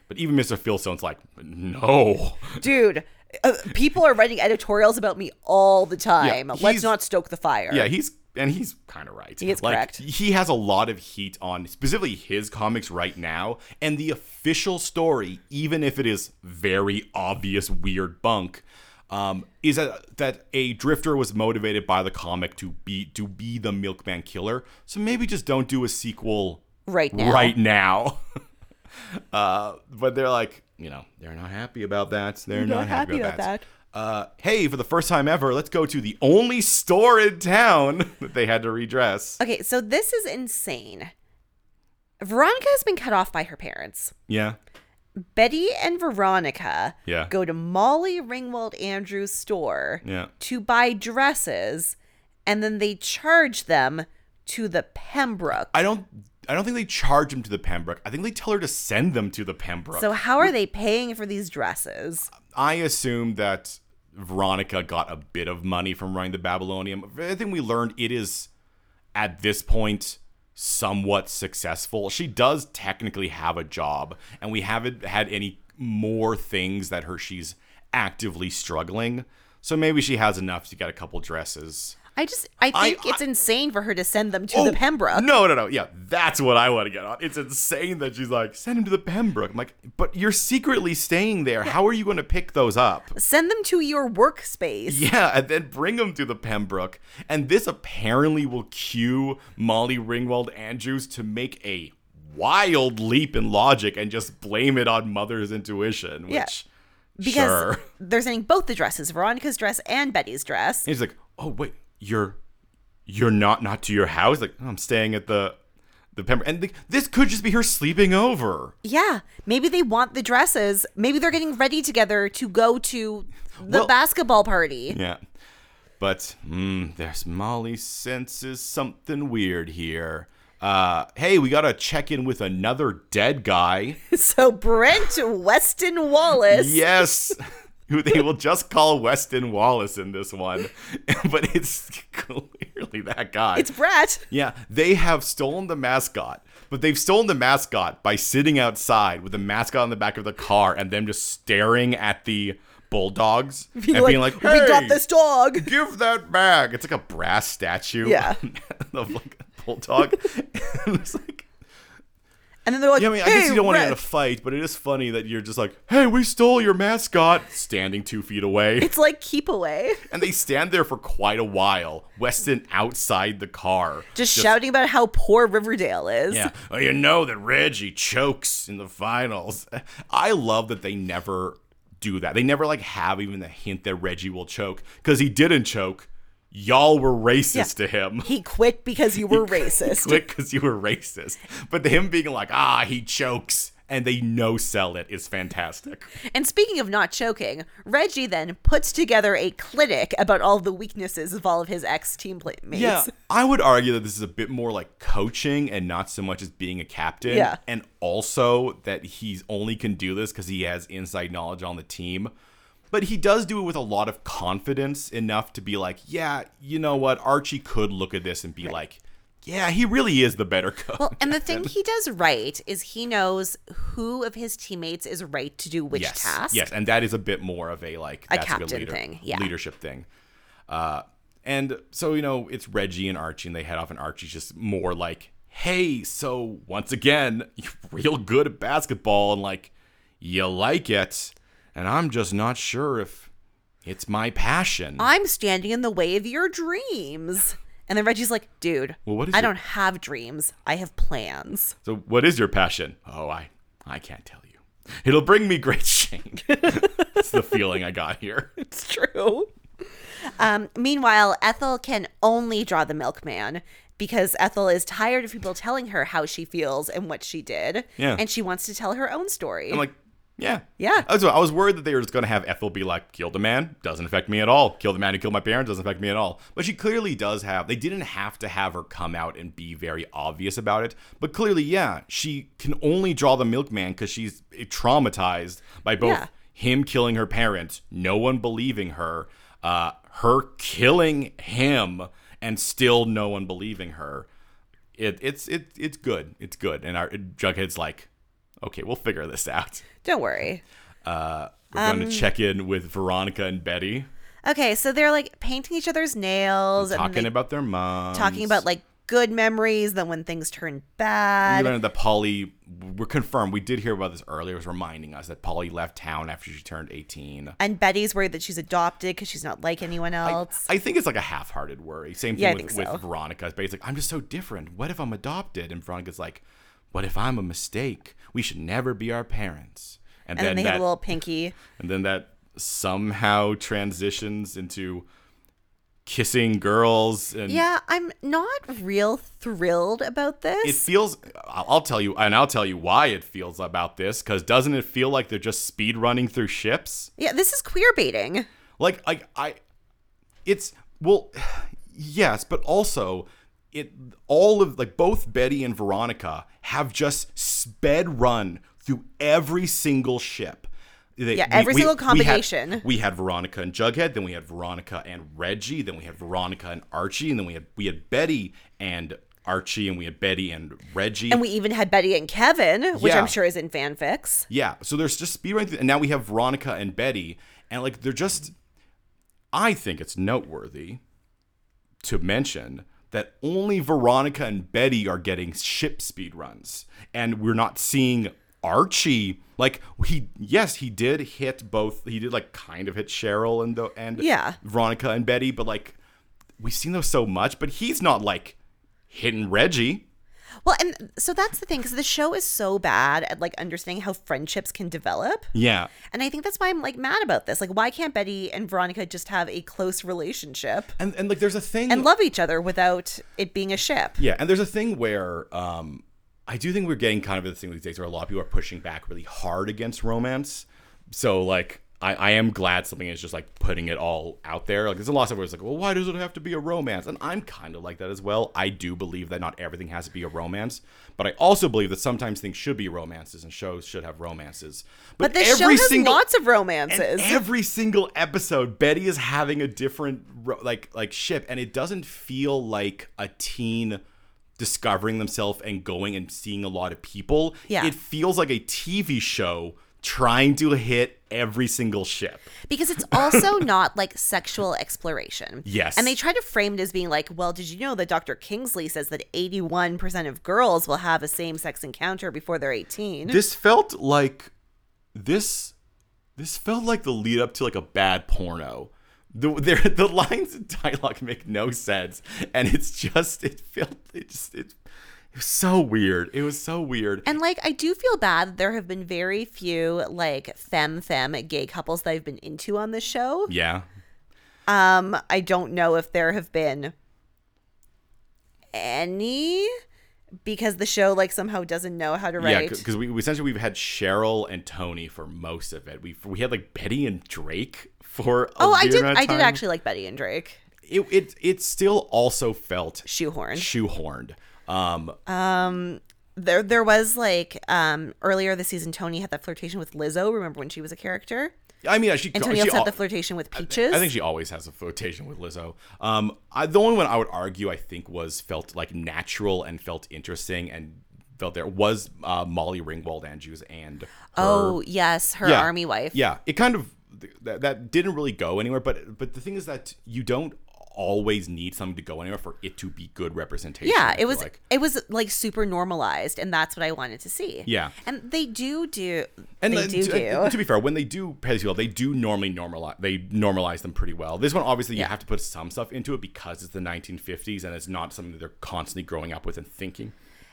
A: But even Mr. Fieldstone's like, no.
B: Dude, uh, people are writing editorials about me all the time. Let's
A: he's-
B: not stoke the fire.
A: Yeah, he's and he's kind of right. He
B: is correct.
A: He has a lot of heat on specifically his comics right now, and the official story, even if it is very obvious weird bunk, um, is that that a drifter was motivated by the comic to be to be the Milkman killer. So maybe just don't do a sequel
B: Right now.
A: Right now. uh, but they're like, you know, they're not happy about that. They're not, happy, about, that. Uh, hey, for the first time ever, let's go to the only store in town that they had to redress.
B: Okay, so this is insane. Veronica has been cut off by her parents.
A: Yeah.
B: Betty and Veronica
A: Yeah.
B: go to Molly Ringwald Andrews' store
A: Yeah.
B: to buy dresses, and then they charge them to the Pembroke.
A: I don't. I don't think they charge them to the Pembroke. I think they tell her to send them to the Pembroke.
B: So how are they paying for these dresses?
A: I assume that Veronica got a bit of money from running the Babylonium. I think we learned it is at this point somewhat successful. She does technically have a job, and we haven't had any more things that her she's actively struggling. So maybe she has enough to get a couple dresses.
B: I just I
A: I-
B: think it's insane for her to send them to
A: Oh,
B: the Pembroke.
A: No, no, no. Yeah, that's what I want to get on. It's insane that she's like, send him to the Pembroke. I'm like, but you're secretly staying there. How are you going to pick those up?
B: Send them to your workspace.
A: Yeah, and then bring him to the Pembroke. And this apparently will cue Molly Ringwald Andrews to make a wild leap in logic and just blame it on mother's intuition,
B: Yeah.
A: which
B: because
A: sure.
B: they're saying both the dresses, Veronica's dress and Betty's dress.
A: And he's like, "Oh wait, you're you're not not to your house." Like, "Oh, I'm staying at the the Pembroke, and like, this could just be her sleeping over.
B: Yeah, maybe they want the dresses. Maybe they're getting ready together to go to the
A: Well-
B: basketball party.
A: Yeah, but mm, there's Molly senses something weird here. Uh, hey, we gotta check in with another dead guy.
B: So Brent Weston Wallace.
A: Yes. Who they will just call Weston Wallace in this one, but it's clearly that guy.
B: It's Brett.
A: Yeah, they have stolen the mascot, but they've stolen the mascot by sitting outside with the mascot on the back of the car and them just staring at the bulldogs and being like, hey,
B: we got this dog.
A: give that back. It's like a brass statue
B: Yeah.
A: of like a bulldog. and it's like,
B: And then they're like,
A: yeah, I mean, I
B: hey,
A: guess you don't want to
B: Brett.
A: get in a fight, but it is funny that you're just like, hey, we stole your mascot, standing two feet away.
B: It's like keep away.
A: and they stand there for quite a while, Weston outside the car.
B: Just, shouting about how poor Riverdale is.
A: Yeah. Well, you know that Reggie chokes in the finals. I love that they never do that. They never like have even the hint that Reggie will choke because he didn't choke. Y'all were racist to him.
B: He quit because you were racist.
A: Quick because you were racist. But him being like, ah, he chokes and they no sell it is fantastic.
B: And speaking of not choking, Reggie then puts together a clinic about all the weaknesses of all of his ex teammates.
A: Yeah, I would argue that this is a bit more like coaching and not so much as being a captain.
B: Yeah.
A: And also that he's only can do this because he has inside knowledge on the team. But he does do it with a lot of confidence enough to be like, yeah, you know what? Archie could look at this and be like, yeah, he really is the better coach.
B: Well, and the thing he does right is he knows who of his teammates is right to do which
A: yes.
B: task.
A: Yes. And that is a bit more of a like, that's a good
B: captain
A: leader,
B: thing, yeah.
A: leadership thing. Uh, and so, you know, it's Reggie and Archie, and they head off, and Archie's just more like, hey, so once again, you're real good at basketball, and like, you like it, and I'm just not sure if it's my passion.
B: I'm standing in the way of your dreams. And then Reggie's like, dude,
A: Well, what is
B: I
A: your-
B: don't have dreams. I have plans.
A: so, what is your passion? Oh, I, I can't tell you. It'll bring me great shame. That's the feeling I got here.
B: It's true. Um, meanwhile, Ethel can only draw the milkman because Ethel is tired of people telling her how she feels and what she did.
A: Yeah.
B: And she wants to tell her own story.
A: I'm like, yeah.
B: Yeah.
A: I was, I was worried that they were just going to have Ethel be like, kill the man, doesn't affect me at all. Kill the man who killed my parents, doesn't affect me at all. But she clearly does have, they didn't have to have her come out and be very obvious about it. But clearly, yeah, she can only draw the milkman because she's eh, traumatized by both
B: Yeah.
A: him killing her parents, no one believing her, uh, her killing him, and still no one believing her. It, it's it, it's good. It's good. And our Jughead's like, okay, we'll figure this out.
B: don't worry.
A: Uh, we're
B: Um,
A: going to check in with Veronica and Betty,
B: Okay, so they're like painting each other's nails and
A: talking
B: they-
A: about their mom,
B: talking about like good memories, then when things turn
A: We
B: bad.
A: learned that Polly. We're confirmed. We did hear about this earlier. It was reminding us that Polly left town after she turned eighteen.
B: And Betty's worried that she's adopted because she's not like anyone else.
A: I think it's like a half-hearted worry. Same thing
B: Yeah, I
A: with,
B: think so.
A: with Veronica. It's basically, I'm just so different. What if I'm adopted? And Veronica's like, What if I'm a mistake? We should never be our parents. And,
B: and
A: then,
B: then, they
A: that,
B: have a little pinky.
A: and then that somehow transitions into kissing girls and
B: Yeah, I'm not real thrilled about this.
A: it feels I'll I'll tell you and I'll tell you why it feels about this cuz doesn't it feel like they're just speed running through ships?
B: yeah, this is queer baiting.
A: Like I I it's well yes, but also it all of like both Betty and Veronica have just sped run through every single ship. They-
B: Yeah, every single combination.
A: We had, we had Veronica and Jughead, then we had Veronica and Reggie, then we had Veronica and Archie, and then we had we had Betty and Archie, and we had Betty and Reggie.
B: And we even had Betty and Kevin, which
A: Yeah.
B: I'm sure is in fanfics.
A: Yeah. So there's just speed running, through, and now we have Veronica and Betty, and like they're just. I think it's noteworthy to mention that only Veronica and Betty are getting ship speed runs, and we're not seeing Archie. Like he, yes, he did hit both. He did like kind of hit Cheryl and the and
B: Yeah.
A: Veronica and Betty, but like we've seen those so much. But he's not like hitting Reggie.
B: Well, and so that's the thing because the show is so bad at like understanding how friendships can develop.
A: Yeah.
B: And I think that's why I'm like mad about this. Like, why can't Betty and Veronica just have a close relationship
A: And and like there's a thing
B: and love each other without it being a ship?
A: Yeah, and there's a thing where um, I do think we're getting kind of this thing these days where a lot of people are pushing back really hard against romance. So like, I, I am glad something is just like putting it all out there. Like, there's a lot of stuff where it's like, well, why does it have to be a romance? And I'm kind of like that as well. I do believe that not everything has to be a romance, but I also believe that sometimes things should be romances and shows should have romances.
B: But this show has lots of romances.
A: And every single episode, Betty is having a different ro- like like ship, and it doesn't feel like a teen discovering themselves and going and seeing a lot of people.
B: Yeah.
A: it feels like a TV show trying to hit every single ship.
B: because it's also not like sexual exploration.
A: Yes.
B: And they try to frame it as being like, well, did you know that Dr. Kingsley says that 81% of girls will have a same sex encounter before they're 18?
A: This felt like this. This felt like the lead up to like a bad porno. The, there, the lines and dialogue make no sense, and it's just it felt it just it, it was so weird. It was so weird.
B: and like, I do feel bad that there have been very few like femme femme gay couples that I've been into on this show.
A: yeah,
B: Um, I don't know if there have been any because the show like somehow doesn't know how to
A: Yeah,
B: write.
A: because we, we essentially we've had Cheryl and Tony for most of it. We we had like Betty and Drake for. A
B: oh, I
A: weird
B: did.
A: amount of
B: I did
A: time.
B: actually like Betty and Drake.
A: It it it still also felt
B: Shoehorn.
A: shoehorned. Um,
B: there there was like um earlier this season Tony had that flirtation with Lizzo. Remember when she was a character?
A: I mean, yeah, she.
B: And Tony
A: Oh, she
B: also
A: al-
B: had the flirtation with Peaches.
A: I think she always has a flirtation with Lizzo. Um, I, the only one I would argue I think was felt like natural and felt interesting and felt there was uh, Molly Ringwald Andrews and her
B: oh yes, her
A: Yeah.
B: army wife.
A: Yeah, it kind of that, that didn't really go anywhere. But but the thing is that you don't always need something to go anywhere for it to be good representation. I
B: Yeah, it
A: feel
B: was
A: like.
B: it was like super normalized, and that's what I wanted to see.
A: Yeah.
B: and they do do
A: And
B: they
A: uh,
B: do
A: to,
B: do
A: uh, to be fair, when they do pay these people, they do normally normalize. They normalize them pretty well. This one, obviously, you have to put some stuff into it because it's the 1950s and it's not something that they're constantly growing up with and thinking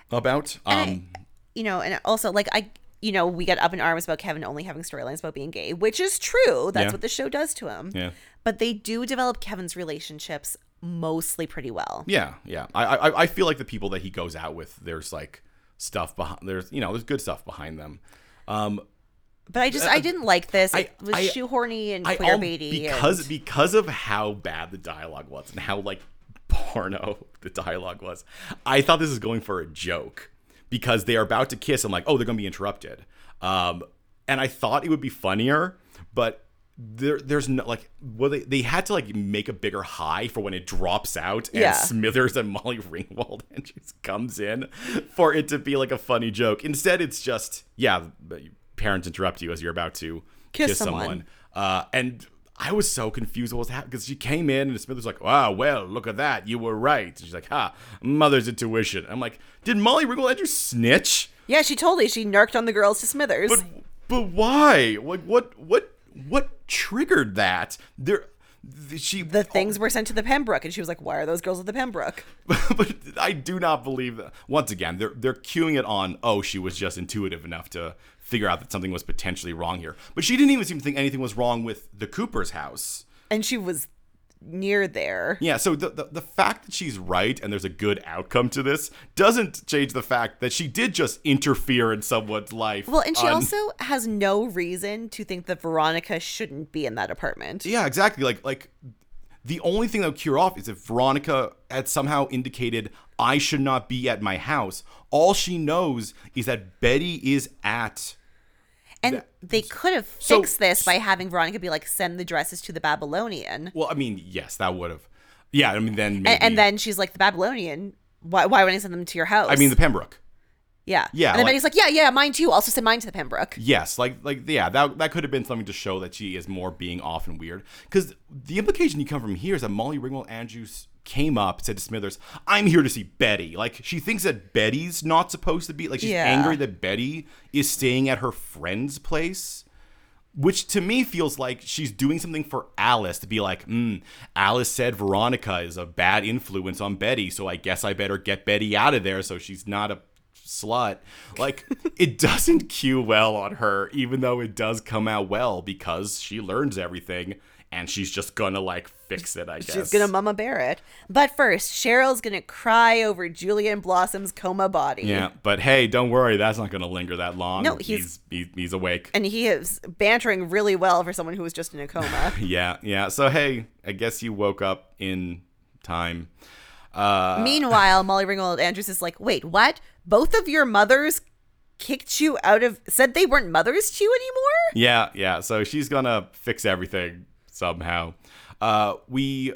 A: about. Um,
B: you know, and also like I you know we got up in arms about Kevin only having storylines about being gay, which is true. That's
A: Yeah.
B: what the show does to him.
A: Yeah.
B: but they do develop Kevin's relationships mostly pretty well.
A: Yeah, yeah. I, I I feel like the people that he goes out with, there's like stuff behind. There's you know, there's good stuff behind them. Um,
B: But I just I didn't like this.
A: Uh, I-
B: It was
A: I-
B: shoehorny and
A: I
B: queer
A: al-
B: baity.
A: because because of how bad the dialogue was and how like porno the dialogue was. I thought this was going for a joke because they are about to kiss. I'm like, oh, they're gonna be interrupted. Um, and I thought it would be funnier, but there there's no like well they, they had to like make a bigger high for when it drops out and
B: Yeah.
A: Smithers and Molly Ringwald and just comes in for it to be like a funny joke. Instead, it's just yeah, parents interrupt you as you're about to
B: Kiss
A: someone.
B: someone.
A: Uh, and I was so confused what was happening because she came in and Smith was like, "Ah, well, look at that, you were right." And she's like, "Ha, mother's intuition." I'm like, "Did Molly Ringwald you snitch?
B: yeah, she totally she narked on the girls to Smithers.
A: But but why? Like what what what triggered that? There, th- she
B: the things were sent to the Pembroke, and she was like, "Why are those girls at the Pembroke?"
A: but I do not believe that. Once again, they're they're cueing it on. Oh, she was just intuitive enough to figure out that something was potentially wrong here, but she didn't even seem to think anything was wrong with the Cooper's house.
B: And she was near there.
A: Yeah, so the, the the fact that she's right and there's a good outcome to this doesn't change the fact that she did just interfere in someone's life.
B: Well, and she
A: on-
B: also has no reason to think that Veronica shouldn't be in that apartment.
A: yeah, exactly. Like like the only thing that would cure off is if Veronica had somehow indicated I should not be at my house. All she knows is that Betty is at
B: And they could have fixed this by having Veronica be like, "Send the dresses to the Babylonian,"
A: Well, I mean, yes, that would have. Yeah, I mean, then maybe,
B: and, and then she's like, "The Babylonian." Why, why would I send them to your house?
A: I mean the Pembroke.
B: yeah,
A: yeah,
B: And then
A: like-
B: Betty's like, "Yeah, yeah, mine too. Also send mine to the Pembroke."
A: Yes, like like yeah, that that could have been something to show that she is more being off and weird. Because the implication you come from here is that Molly Ringwald Andrews came up said to Smithers, "I'm here to see Betty." Like she thinks that Betty's not supposed to be. Like she's
B: Yeah.
A: angry that Betty is staying at her friend's place. which to me feels like she's doing something for Alice to be like, mm, Alice said Veronica is a bad influence on Betty, so I guess I better get Betty out of there so she's not a slut. Like, it doesn't cue well on her, even though it does come out well because she learns everything and she's just gonna like fix it, I guess.
B: She's gonna mama bear it. But first, Cheryl's gonna cry over Julia and Blossom's coma body.
A: yeah, but hey, don't worry, that's not gonna linger that long.
B: No, he's-
A: he's, he- he's awake.
B: And he is bantering really well for someone who was just in a coma.
A: Yeah, yeah. So hey, I guess you woke up in time. Uh
B: Meanwhile, Molly Ringwald Andrews is like, wait, what? Both of your mothers kicked you out of, said they weren't mothers to you anymore?
A: yeah, yeah. So she's gonna fix everything somehow. Uh we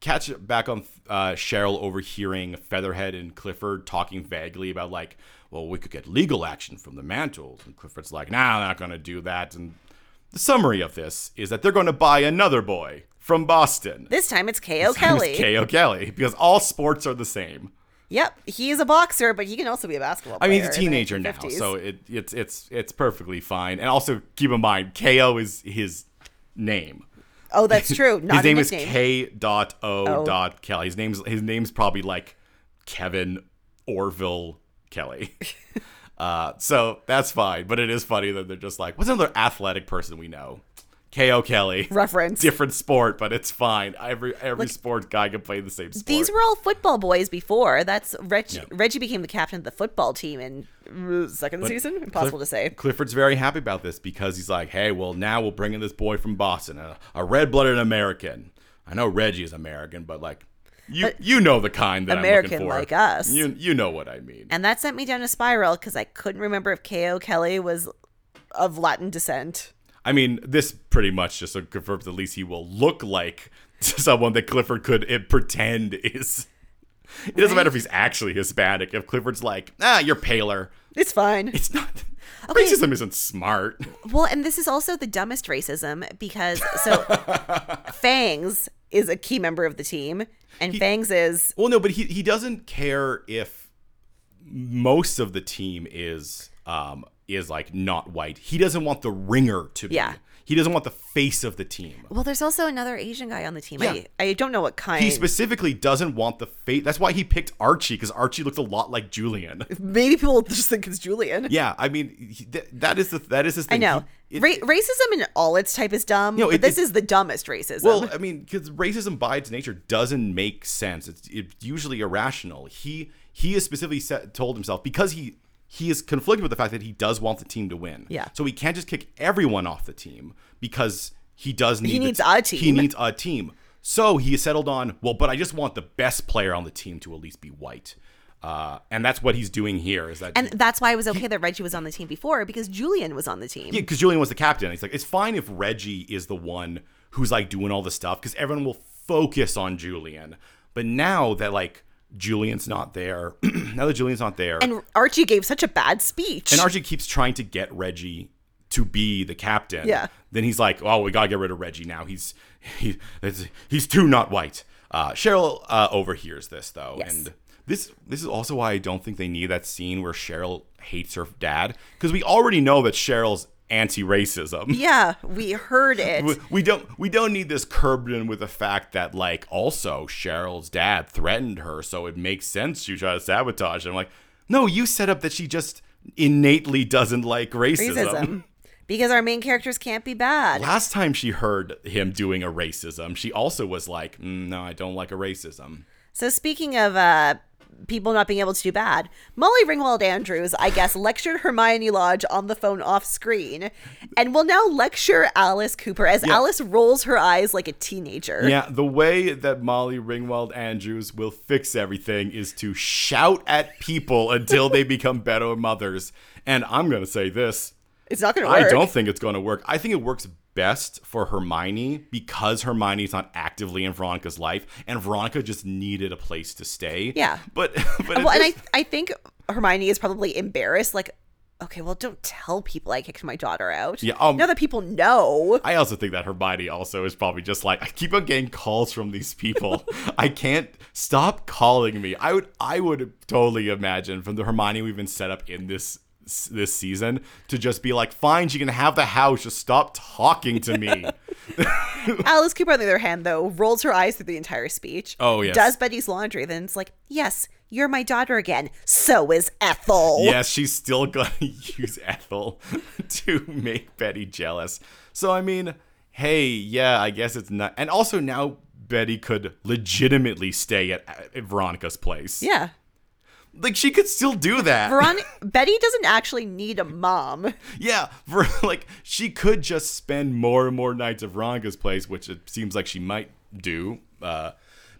A: catch back on uh Cheryl overhearing Featherhead and Clifford talking vaguely about like, well, we could get legal action from the Mantles and Clifford's like, "Nah, I'm not going to do that." And the summary of this is that they're going to buy another boy from Boston.
B: This time it's K.O.
A: Who's
B: Kelly.
A: K.O. Kelly because all sports are the same.
B: yep, he is a boxer, but he can also be a basketball
A: I mean,
B: player.
A: he's a
B: in the
A: teenager now,
B: 1950s.
A: so it, it's it's it's perfectly fine. And also keep in mind, Ko is his name.
B: Oh, that's true. Not
A: his name
B: a
A: is
B: nickname.
A: K. Dot O.
B: Oh.
A: Dot Kelly. His name's his name's probably like Kevin Orville Kelly. uh, so that's fine, but it is funny that they're just like, what's another athletic person we know? Ko Kelly.
B: Reference.
A: Different sport, but it's fine. Every every sports guy can play the same sport.
B: These were all football boys before. That's Reggie. Reggie became the captain of the football team in uh, second season. Impossible to say.
A: Clifford's very happy about this because he's like, hey, well, now we'll bring in this boy from Boston, a, a red blooded American. I know Reggie is American, but like, you you know the kind that I'm
B: American
A: looking for.
B: like us.
A: You you know what I mean.
B: And that sent me down a spiral because I couldn't remember if K.O. Kelly was of Latin descent.
A: I mean, this pretty much just confirms at least he will look like someone that Clifford could uh, pretend is. It doesn't matter if he's actually Hispanic. If Clifford's like, ah, you're paler.
B: It's fine.
A: It's not.
B: Okay.
A: Racism isn't smart.
B: Well, and this is also the dumbest racism because so Fangs is a key member of the team, and Fangs is
A: Well, no, but he he doesn't care if most of the team is um is like not white. He doesn't want the ringer to be.
B: Yeah.
A: He doesn't want the face of the team.
B: well. There's also another Asian guy on the team.
A: Yeah.
B: I, I don't know what kind.
A: He specifically doesn't want the face. That's why he picked Archie because Archie looks a lot like Julian.
B: Maybe people just think it's Julian.
A: yeah, I mean he, th- that is the that is his
B: I
A: thing.
B: know.
A: He- it-
B: Ra- racism in all its type is dumb,
A: No, it-
B: but this
A: it-
B: is the dumbest racism.
A: Well, I mean, because racism by its nature doesn't make sense. It's, it's usually irrational. He he is specifically set, told himself because he he is conflicted with the fact that he does want the team to win.
B: Yeah.
A: So he can't just kick everyone off the team because he does need
B: He
A: the
B: needs
A: te-
B: a
A: He
B: team.
A: needs a team. So he settled on well, but I just want the best player on the team to at least be white, uh, and that's what he's doing here. Is that
B: and that's why it was okay that Reggie was on the team before because Julian was on the team.
A: because Julian was the captain. He's like, it's fine if Reggie is the one who's like doing all the stuff because everyone will focus on Julian. But now that like Julian's not there, now that Julian's not there,
B: And Archie gave such a bad speech.
A: and Archie keeps trying to get Reggie to be the captain.
B: Yeah.
A: Then he's like, "Oh, we gotta get rid of Reggie now. He's he that's- he's too not white." Uh, Cheryl uh, overhears this though,
B: Yes.
A: and this this is also why I don't think they need that scene where Cheryl hates her dad because we already know that Cheryl's anti-racism.
B: yeah, we heard it.
A: We- we don't we don't need this curbed in with the fact that like also Cheryl's dad threatened her, so it makes sense she tried to sabotage. And I'm like, no, you set up that she just innately doesn't like racism.
B: racism. because our main characters can't be bad.
A: Last time she heard him doing a racism, she also was like, "Mm, no, I don't like a racism.
B: So speaking of uh people not being able to do bad, Molly Ringwald Andrews, I guess, lectured Hermione Lodge on the phone off screen and will now lecture Alice Cooper as Alice rolls her eyes like a teenager.
A: Yeah, the way that Molly Ringwald Andrews will fix everything is to shout at people until they become better mothers. And I'm going to say this
B: It's not gonna work.
A: I don't think it's going to work. I think it works best for Hermione because Hermione's not actively in Veronica's life, and Veronica just needed a place to stay.
B: Yeah.
A: but but it
B: well, and I
A: just-
B: I think Hermione is probably embarrassed, like, okay, well, don't tell people I kicked my daughter out.
A: Yeah, um,
B: now that people know.
A: I also think that Hermione also is probably just like I keep on getting calls from these people. I can't stop calling me. I would I would totally imagine from the Hermione we've been set up in this s- this season to just be like, fine, she can have the house, just stop talking to me.
B: Alice Cooper, on the other hand, though, rolls her eyes through the entire speech.
A: Oh, yes.
B: Does Betty's laundry, then it's like, yes, you're my daughter again. So is Ethel.
A: yes, she's still gonna use Ethel to make Betty jealous. So I mean, hey, yeah, I guess it's not. And also now Betty could legitimately stay at, at Veronica's place.
B: Yeah.
A: like she could still do that.
B: Veron- Betty doesn't actually need a mom.
A: yeah, for like she could just spend more and more nights at Veronica's place, which it seems like she might do. Uh,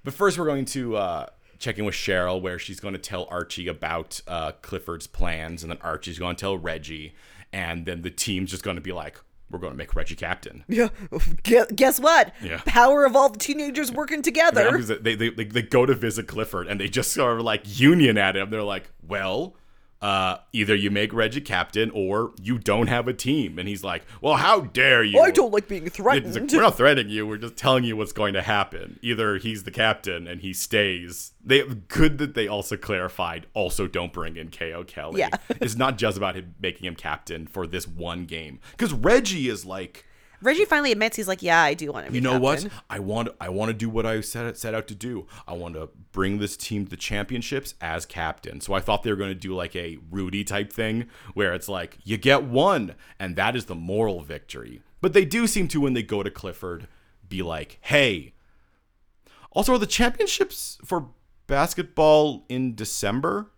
A: but first, we're going to uh, check in with Cheryl, where she's going to tell Archie about uh, Clifford's plans, and then Archie's going to tell Reggie, and then the team's just going to be like, "We're going to make Reggie captain."
B: Yeah. Gu- Guess what?
A: Yeah.
B: Power of all the teenagers working together.
A: Yeah, 'cause they, they, they, they go to visit Clifford and they just sort of like union at him. They're like, well, uh, either you make Reggie captain or you don't have a team. And he's like, well, how dare you?
B: I don't like being
A: It's like,
B: threatened.
A: we're not threatening you. We're just telling you what's going to happen. Either he's the captain and he stays. They good that they also clarified. Also, don't bring in K.O. Kelly.
B: Yeah.
A: it's not just about him making him captain for this one game. Because Reggie is like,
B: Reggie finally admits he's like, yeah, I do want to.
A: you know what? I want I want to do what I set set out to do. I want to bring this team to the championships as captain. So I thought they were going to do like a Rudy type thing where it's like you get one and that is the moral victory. But they do seem to when they go to Clifford be like, "Hey, also are the championships for basketball in December?"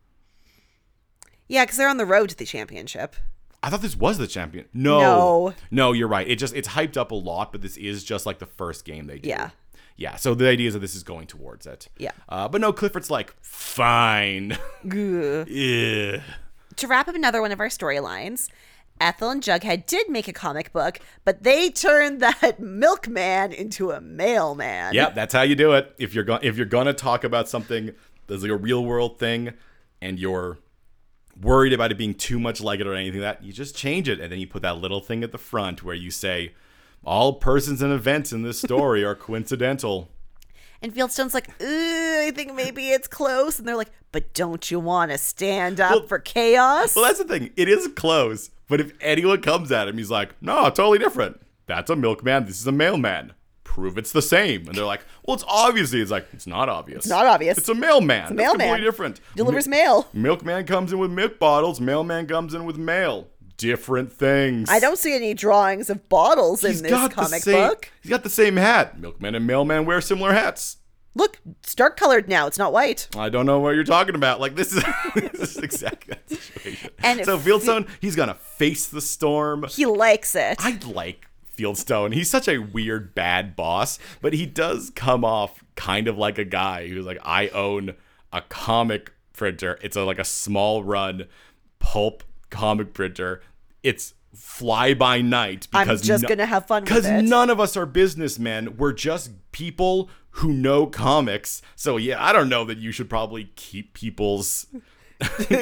B: Yeah, because they're on the road to the championship.
A: I thought this was the champion. No.
B: No.
A: No, you're right. It just it's hyped up a lot, but this is just like the first game they do.
B: Yeah.
A: Yeah. So the idea is that this is going towards it.
B: Yeah.
A: Uh, but no, Clifford's like, fine.
B: Gah.
A: Ugh.
B: to wrap up another one of our storylines, Ethel and Jughead did make a comic book, but they turned that milkman into a mailman.
A: yep, that's how you do it. If you're going if you're gonna talk about something that's like a real world thing and you're worried about it being too much like it or anything like that, you just change it and then you put that little thing at the front where you say, All persons and events in this story are coincidental.
B: And Fieldstone's like, Ooh, I think maybe it's close. And they're like, but don't you want to stand up for chaos?
A: Well, that's the thing. It is close, but if anyone comes at him, he's like, no, totally different. That's a milkman. This is a mailman. Prove it's the same. And they're like, well, it's obviously. It's like, it's not obvious. It's
B: not obvious.
A: It's a mailman. It's a
B: mailman.
A: completely different.
B: Delivers mail.
A: Mi- milkman comes in with milk bottles. Mailman comes in with mail. Different things.
B: I don't see any drawings of bottles
A: He's
B: in this
A: got the
B: comic
A: same-
B: book.
A: He's got the same hat. Milkman and mailman wear similar hats.
B: Look, it's dark colored now. It's not white.
A: I don't know what you're talking about. Like this is this is exactly that situation.
B: And
A: so
B: if-
A: Fieldstone, he's gonna face the storm.
B: He likes it.
A: I like Fieldstone. He's such a weird bad boss, but he does come off kind of like a guy who's like, I own a comic printer. It's a, like a small run pulp comic printer. It's fly by night
B: I'm
A: because
B: just
A: no-
B: gonna have fun with
A: because
B: it.
A: none of us are businessmen. We're just people who know comics. So yeah, I don't know that you should probably keep people's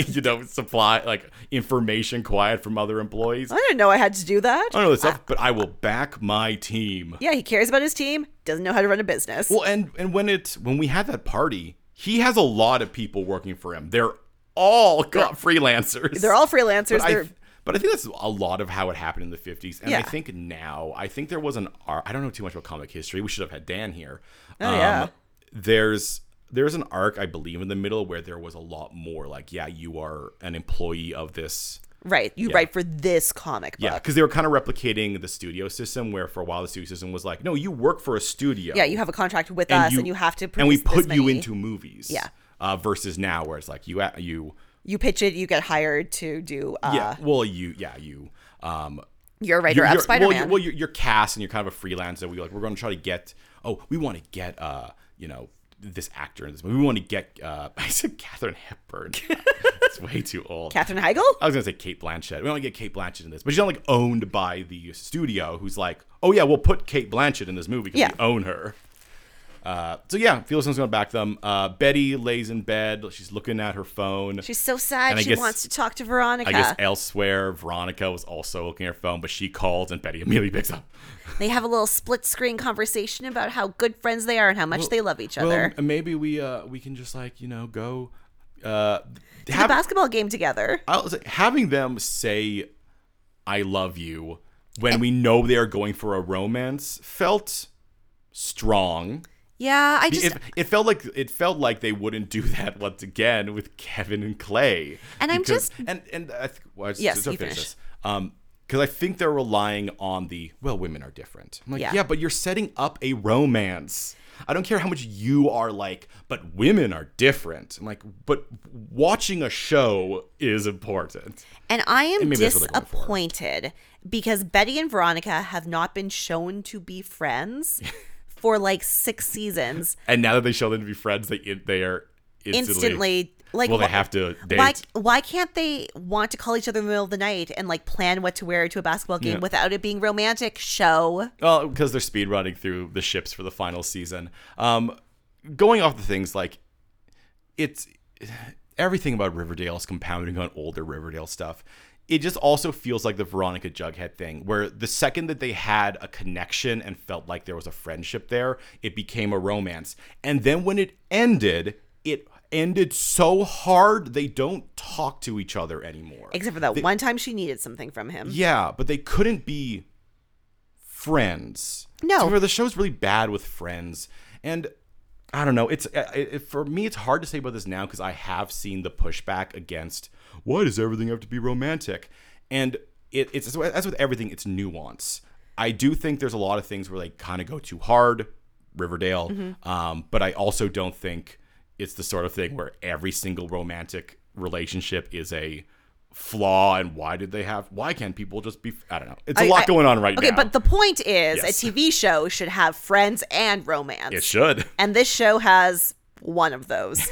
A: you know supply like information quiet from other employees.
B: I didn't know I had to do that.
A: I don't know this stuff, but I will back my team.
B: yeah, he cares about his team, doesn't know how to run a business.
A: Well, and and when it when we had that party, he has a lot of people working for him. They're all got freelancers.
B: they're all freelancers.
A: But I,
B: They're
A: but I think that's a lot of how it happened in the 50s. And I
B: Yeah.
A: think now, I think there was an ar I don't know too much about comic history. We should have had Dan here. Um,
B: Oh, yeah.
A: There's there's an arc I believe in the middle where there was a lot more like, yeah, you are an employee of this
B: Right. You write for this comic book.
A: Yeah, because Uh, they were kind of replicating the studio system, where for a while the studio system was like, no, you work for a studio.
B: Yeah, you have a contract with us and you have to produce
A: and we
B: this
A: put you
B: many.
A: into movies.
B: Yeah.
A: Uh, versus now, where it's like you a- you
B: you pitch it, you get hired to do uh
A: yeah well you yeah you um
B: you're a writer
A: you're-
B: on
A: you're-
B: Spider
A: Well, you're,
B: Man.
A: well you're, you're cast and you're kind of a freelancer. We're like, we're going to try to get. Oh, we want to get. Uh, you know, this actor in this movie. We want to get. Uh, I said Catherine Hepburn. it's way too old.
B: Catherine Heigl?
A: I was gonna say Kate Blanchett. We want to get Kate Blanchett in this, but she's not like owned by the studio, who's like, oh yeah, we'll put Kate Blanchett in this movie because
B: Yeah.
A: we own her. Uh, so yeah, Fieldstone's gonna back them. Uh, Betty lays in bed. She's looking at her phone.
B: She's so
A: And
B: sad
A: I
B: she
A: guess-
B: wants to talk to Veronica.
A: I guess eh. elsewhere, Veronica was also looking at her phone, but she calls and Betty immediately picks up.
B: they have a little split screen conversation about how good friends they are and how much they love each other.
A: Well, m- maybe we uh, we can just like you know go uh,
B: to
A: have-
B: the basketball game together.
A: I'll say, having them say "I love you" when we know they are going for a romance felt strong.
B: Yeah, I just
A: It, it felt like it felt like they wouldn't do that once again with Kevin and Clay.
B: And I'm
A: Because-
B: just-
A: and and I th- well, I just,
B: Yes,
A: just to
B: you
A: finish
B: finish.
A: this. Um, because I think they're relying on the well, women are different. I'm like,
B: Yeah.
A: yeah, but you're setting up a romance. I don't care how much you are like, but women are different. I'm like, but watching a show is important.
B: And I am
A: maybe that's what they're going for.
B: disappointed because Betty and Veronica have not been shown to be friends for like six seasons.
A: And now that they show them to be friends, they they are instantly,
B: Instantly, like,
A: well, they
B: wh-
A: have to date.
B: Why, why can't they want to call each other in the middle of the night and like plan what to wear to a basketball game
A: Yeah.
B: without it being romantic? Show.
A: Well, because they're speed running through the ships for the final season. Um, going off the things like it's everything about Riverdale is compounding on older Riverdale stuff. It just also feels like the Veronica Jughead thing, where the second that they had a connection and felt like there was a friendship there, it became a romance. And then when it ended, it ended so hard they don't talk to each other anymore.
B: Except for that one time she needed something from him.
A: Yeah, but they couldn't be friends.
B: No.
A: So remember, the show's really bad with friends, and I don't know. It's uh, it, it- for me, it's hard to say about this now because I have seen the pushback against why does everything have to be romantic, and it, it's as with everything, it's nuance. I do think there's a lot of things where they kind of go too hard, Riverdale,
B: Mm-hmm.
A: um, but I also don't think it's the sort of thing where every single romantic relationship is a flaw and why did they have why can't people just be i don't know it's a
B: I-
A: lot
B: I-
A: going on right
B: Okay,
A: now
B: but the point is
A: Yes.
B: a TV show should have friends and romance.
A: it should
B: And this show has one of those,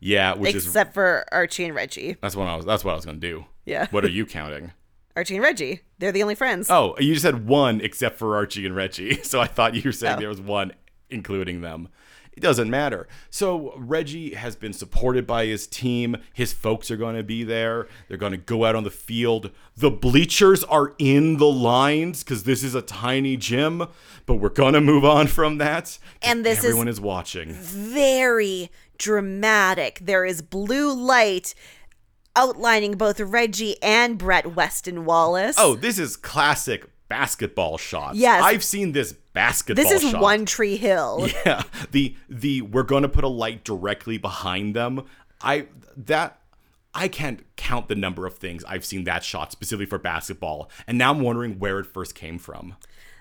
A: yeah which is
B: except for Archie and Reggie.
A: That's what I was. That's what I was gonna do.
B: Yeah.
A: What are you counting?
B: Archie and Reggie, they're the only friends.
A: Oh, you just had one except for Archie and Reggie. So I thought you were
B: Oh.
A: saying there was one including them. It doesn't matter. So Reggie has been supported by his team. His folks are going to be there. They're going to go out on the field. The bleachers are in the lines because this is a tiny gym. But we're going to move on from that. 'cause
B: And this is-
A: everyone is watching.
B: very dramatic. There is blue light outlining both Reggie and Brett Weston Wallace.
A: Oh, this is classic basketball shots.
B: Yes.
A: I've seen this basketball.
B: this is
A: shot.
B: One Tree Hill.
A: yeah the the we're gonna put a light directly behind them i that i can't count the number of things i've seen that shot specifically for basketball and now i'm wondering where it first came from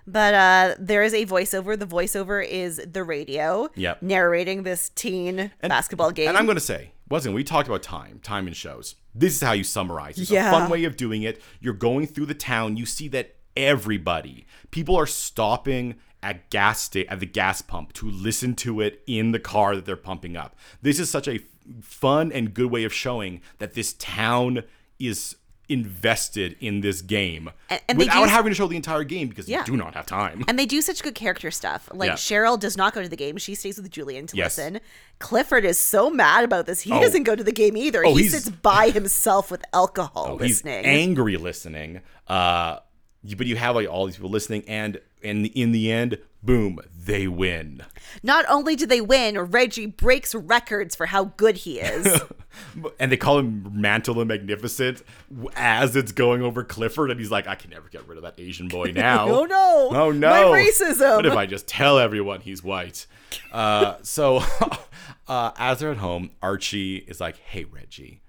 B: But uh, there is a voiceover. The voiceover is the radio
A: Yep.
B: narrating this teen basketball game.
A: and i'm gonna say wasn't we talked about time time in shows this is how you summarize it's
B: Yeah.
A: a fun way of doing it you're going through the town you see that everybody people are stopping at gas sta- at the gas pump to listen to it in the car that they're pumping up this is such a f- fun and good way of showing that this town is invested in this game
B: And- and they
A: without
B: do-
A: having to show the entire game because
B: Yeah.
A: you do not have time
B: And they do such good character stuff. Like
A: Yeah.
B: Cheryl does not go to the game; she stays with Julian to
A: Yes.
B: listen. Clifford is so mad about this; he
A: Oh.
B: doesn't go to the game either.
A: Oh,
B: he
A: he's- Oh,
B: sits by himself with alcohol
A: He's
B: listening.
A: angry listening. Uh, you- but you have like all these people listening, and and in the end, boom, they win.
B: Not only do they win, Reggie breaks records for how good he is.
A: And they call him Mantle the Magnificent w- as it's going over Clifford, and he's like, I can never get rid of that Asian boy now.
B: Oh, no.
A: Oh no!
B: My racism.
A: What if I just tell everyone he's white? Uh, so, uh, as they're at home, Archie is like, "Hey Reggie,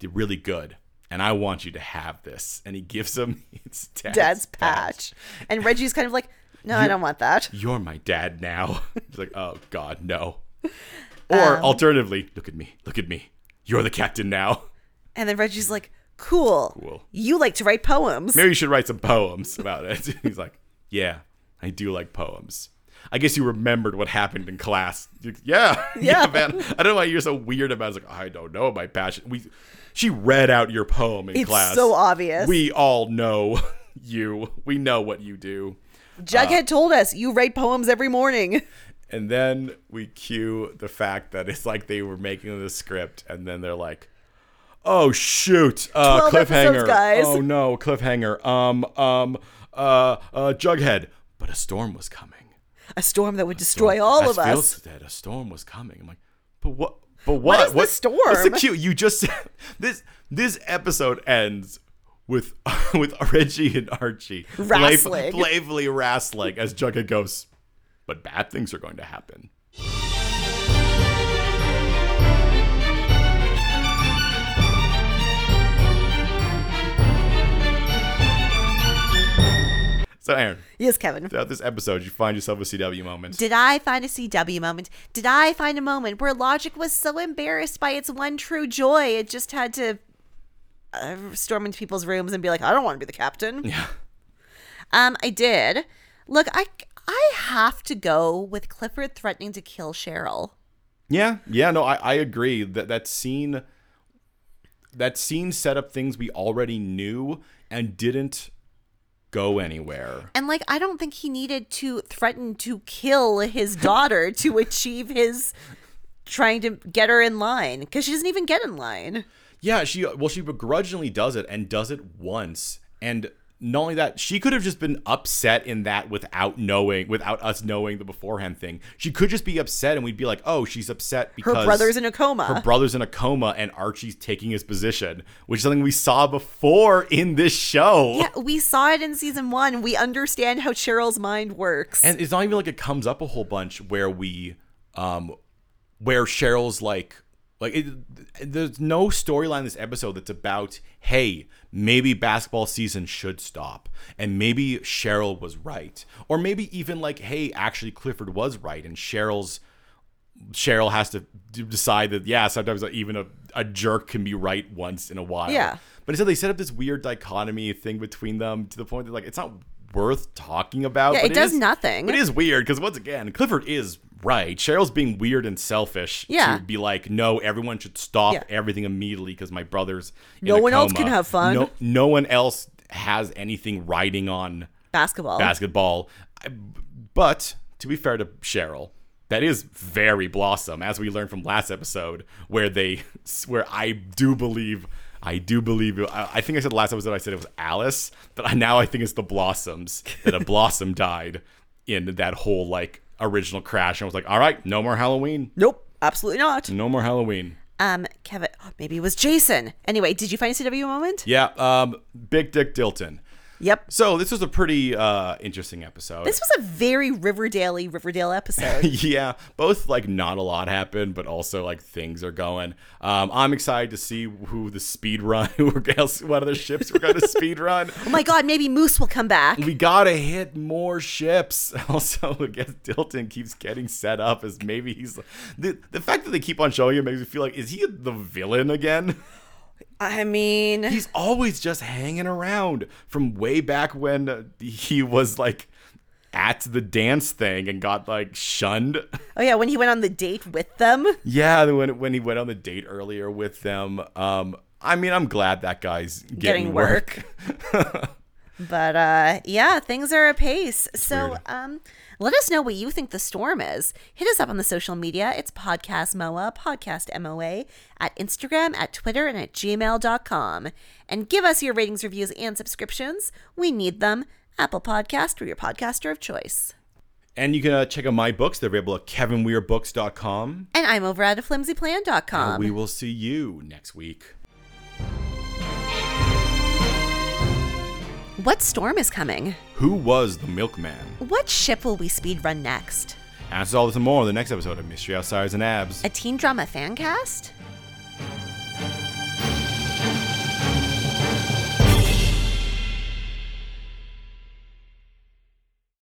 A: you're really good, and I want you to have this." And he gives him his dad's,
B: Dad's patch, and Reggie's kind of like, "No, I don't want that."
A: you're my dad now. It's like, oh God, no. Or
B: Um,
A: alternatively, look at me, look at me. You're the captain now.
B: And then Reggie's like, "Cool.
A: Cool.
B: You like to write poems."
A: Maybe you should write some poems about it. He's like, yeah, I do like poems. I guess you remembered what happened in class. You- Yeah, yeah,
B: Yeah.
A: man. I don't know why you're so weird about. it. It's like I don't know my passion. We, she read out your poem in
B: it's
A: class.
B: so obvious.
A: We all know you. We know what you do. Ah.
B: Jughead told us you write poems every morning.
A: And then we cue the fact that it's like they were making the script, and then they're like, "Oh shoot, uh,
B: 12 episodes,
A: cliffhanger!
B: guys."
A: Oh no, cliffhanger! Um, um, uh, uh, Jughead." But a storm was coming.
B: A storm that would destroy all
A: I
B: of
A: feel
B: us.
A: That a storm was coming. I'm like, but what? But what?
B: is the
A: What's the
B: storm?
A: cue? You just this this episode ends with with Reggie and Archie playf-
B: Wrestling.
A: playfully wrestling as Jughead goes. But bad things are going to happen. So Aaron,
B: Yes, Kevin.
A: throughout this episode, you find yourself a CW moment.
B: Did I find a CW moment? Did I find a moment where logic was so embarrassed by its one true joy it just had to uh, storm into people's rooms and be like, I don't want to be the captain?
A: yeah.
B: Um, I did. Look, I I have to go with Clifford threatening to kill Cheryl.
A: Yeah, yeah, no, I, I agree that that scene, that scene set up things we already knew and didn't go anywhere.
B: And like I don't think he needed to threaten to kill his daughter to achieve his trying to get her in line cuz she doesn't even get in line.
A: Yeah, she well, she begrudgingly does it and does it once, and not only that, she could have just been upset in that without knowing, without us knowing the beforehand thing. She could just be upset, and we'd be like, oh, she's upset
B: Her
A: because
B: brother's in a coma.
A: her brother's in a coma and Archie's taking his position, which is something we saw before in this show.
B: yeah, we saw it in season 1. We understand how Cheryl's mind works.
A: and it's not even like it comes up a whole bunch where we um where cheryl's like like it, there's no storyline this episode that's about hey maybe basketball season should stop and maybe cheryl was right or maybe even like hey actually clifford was right and cheryl's cheryl has to d- decide that yeah sometimes even a, a jerk can be right once in a while
B: Yeah.
A: but instead they set up this weird dichotomy thing between them to the point that like it's not worth talking about
B: Yeah,
A: but
B: it does
A: is-
B: nothing.
A: but it is weird because once again, Clifford is right. Cheryl's being weird and selfish
B: Yeah.
A: to be like, no, everyone should stop
B: Yeah.
A: everything immediately because my brother's in
B: No
A: a
B: one else
A: coma.
B: can have fun.
A: No, no one else has anything riding on
B: Basketball.
A: basketball. I- But to be fair to Cheryl, that is very Blossom, as we learned from last episode, where they, where I do believe. I do believe I I think I said last episode. I said it was Alice, but I, now I think it's the Blossoms that a Blossom died in that whole like original crash. And I was like, all right, no more Halloween,
B: nope, absolutely not.
A: no more Halloween.
B: Um Kevin, maybe it was Jason. Anyway, did you find a CW moment?
A: Yeah, um, Big Dick Dilton.
B: Yep.
A: So this was a pretty uh, interesting episode.
B: This was a very Riverdale Riverdale episode.
A: yeah, both like not a lot happened, but also like things are going. Um, I'm excited to see who the speed run, who else, what other ships we're going to speed run.
B: oh my god, maybe Moose will come back.
A: We gotta hit more ships. Also, I guess Dilton keeps getting set up as maybe he's the the fact that they keep on showing him makes me feel like is he the villain again?
B: I mean,
A: He's always just hanging around from way back when uh, he was like at the dance thing and got like shunned.
B: oh yeah, when he went on the date with them,
A: Yeah, the- when when he went on the date earlier with them. Um, I mean, I'm glad that guy's getting,
B: getting work. but uh, yeah, things are apace. So
A: weird.
B: um, let us know what you think the storm is. Hit us up on the social media. It's podcast moa, podcast moa, at Instagram, at Twitter, and at gmail.com. And give us your ratings, reviews, and subscriptions. We need them. Apple Podcast or your podcaster of choice.
A: And you can uh, check out my books. They're available at kevinweirbooks.com.
B: And I'm over at a flimsyplan.com.
A: we will see you next week.
B: What storm is coming?
A: Who was the milkman?
B: What ship will we speedrun next?
A: Answer all this and more in the next episode of Mystery Outsiders and Abs.
B: A teen drama fan cast?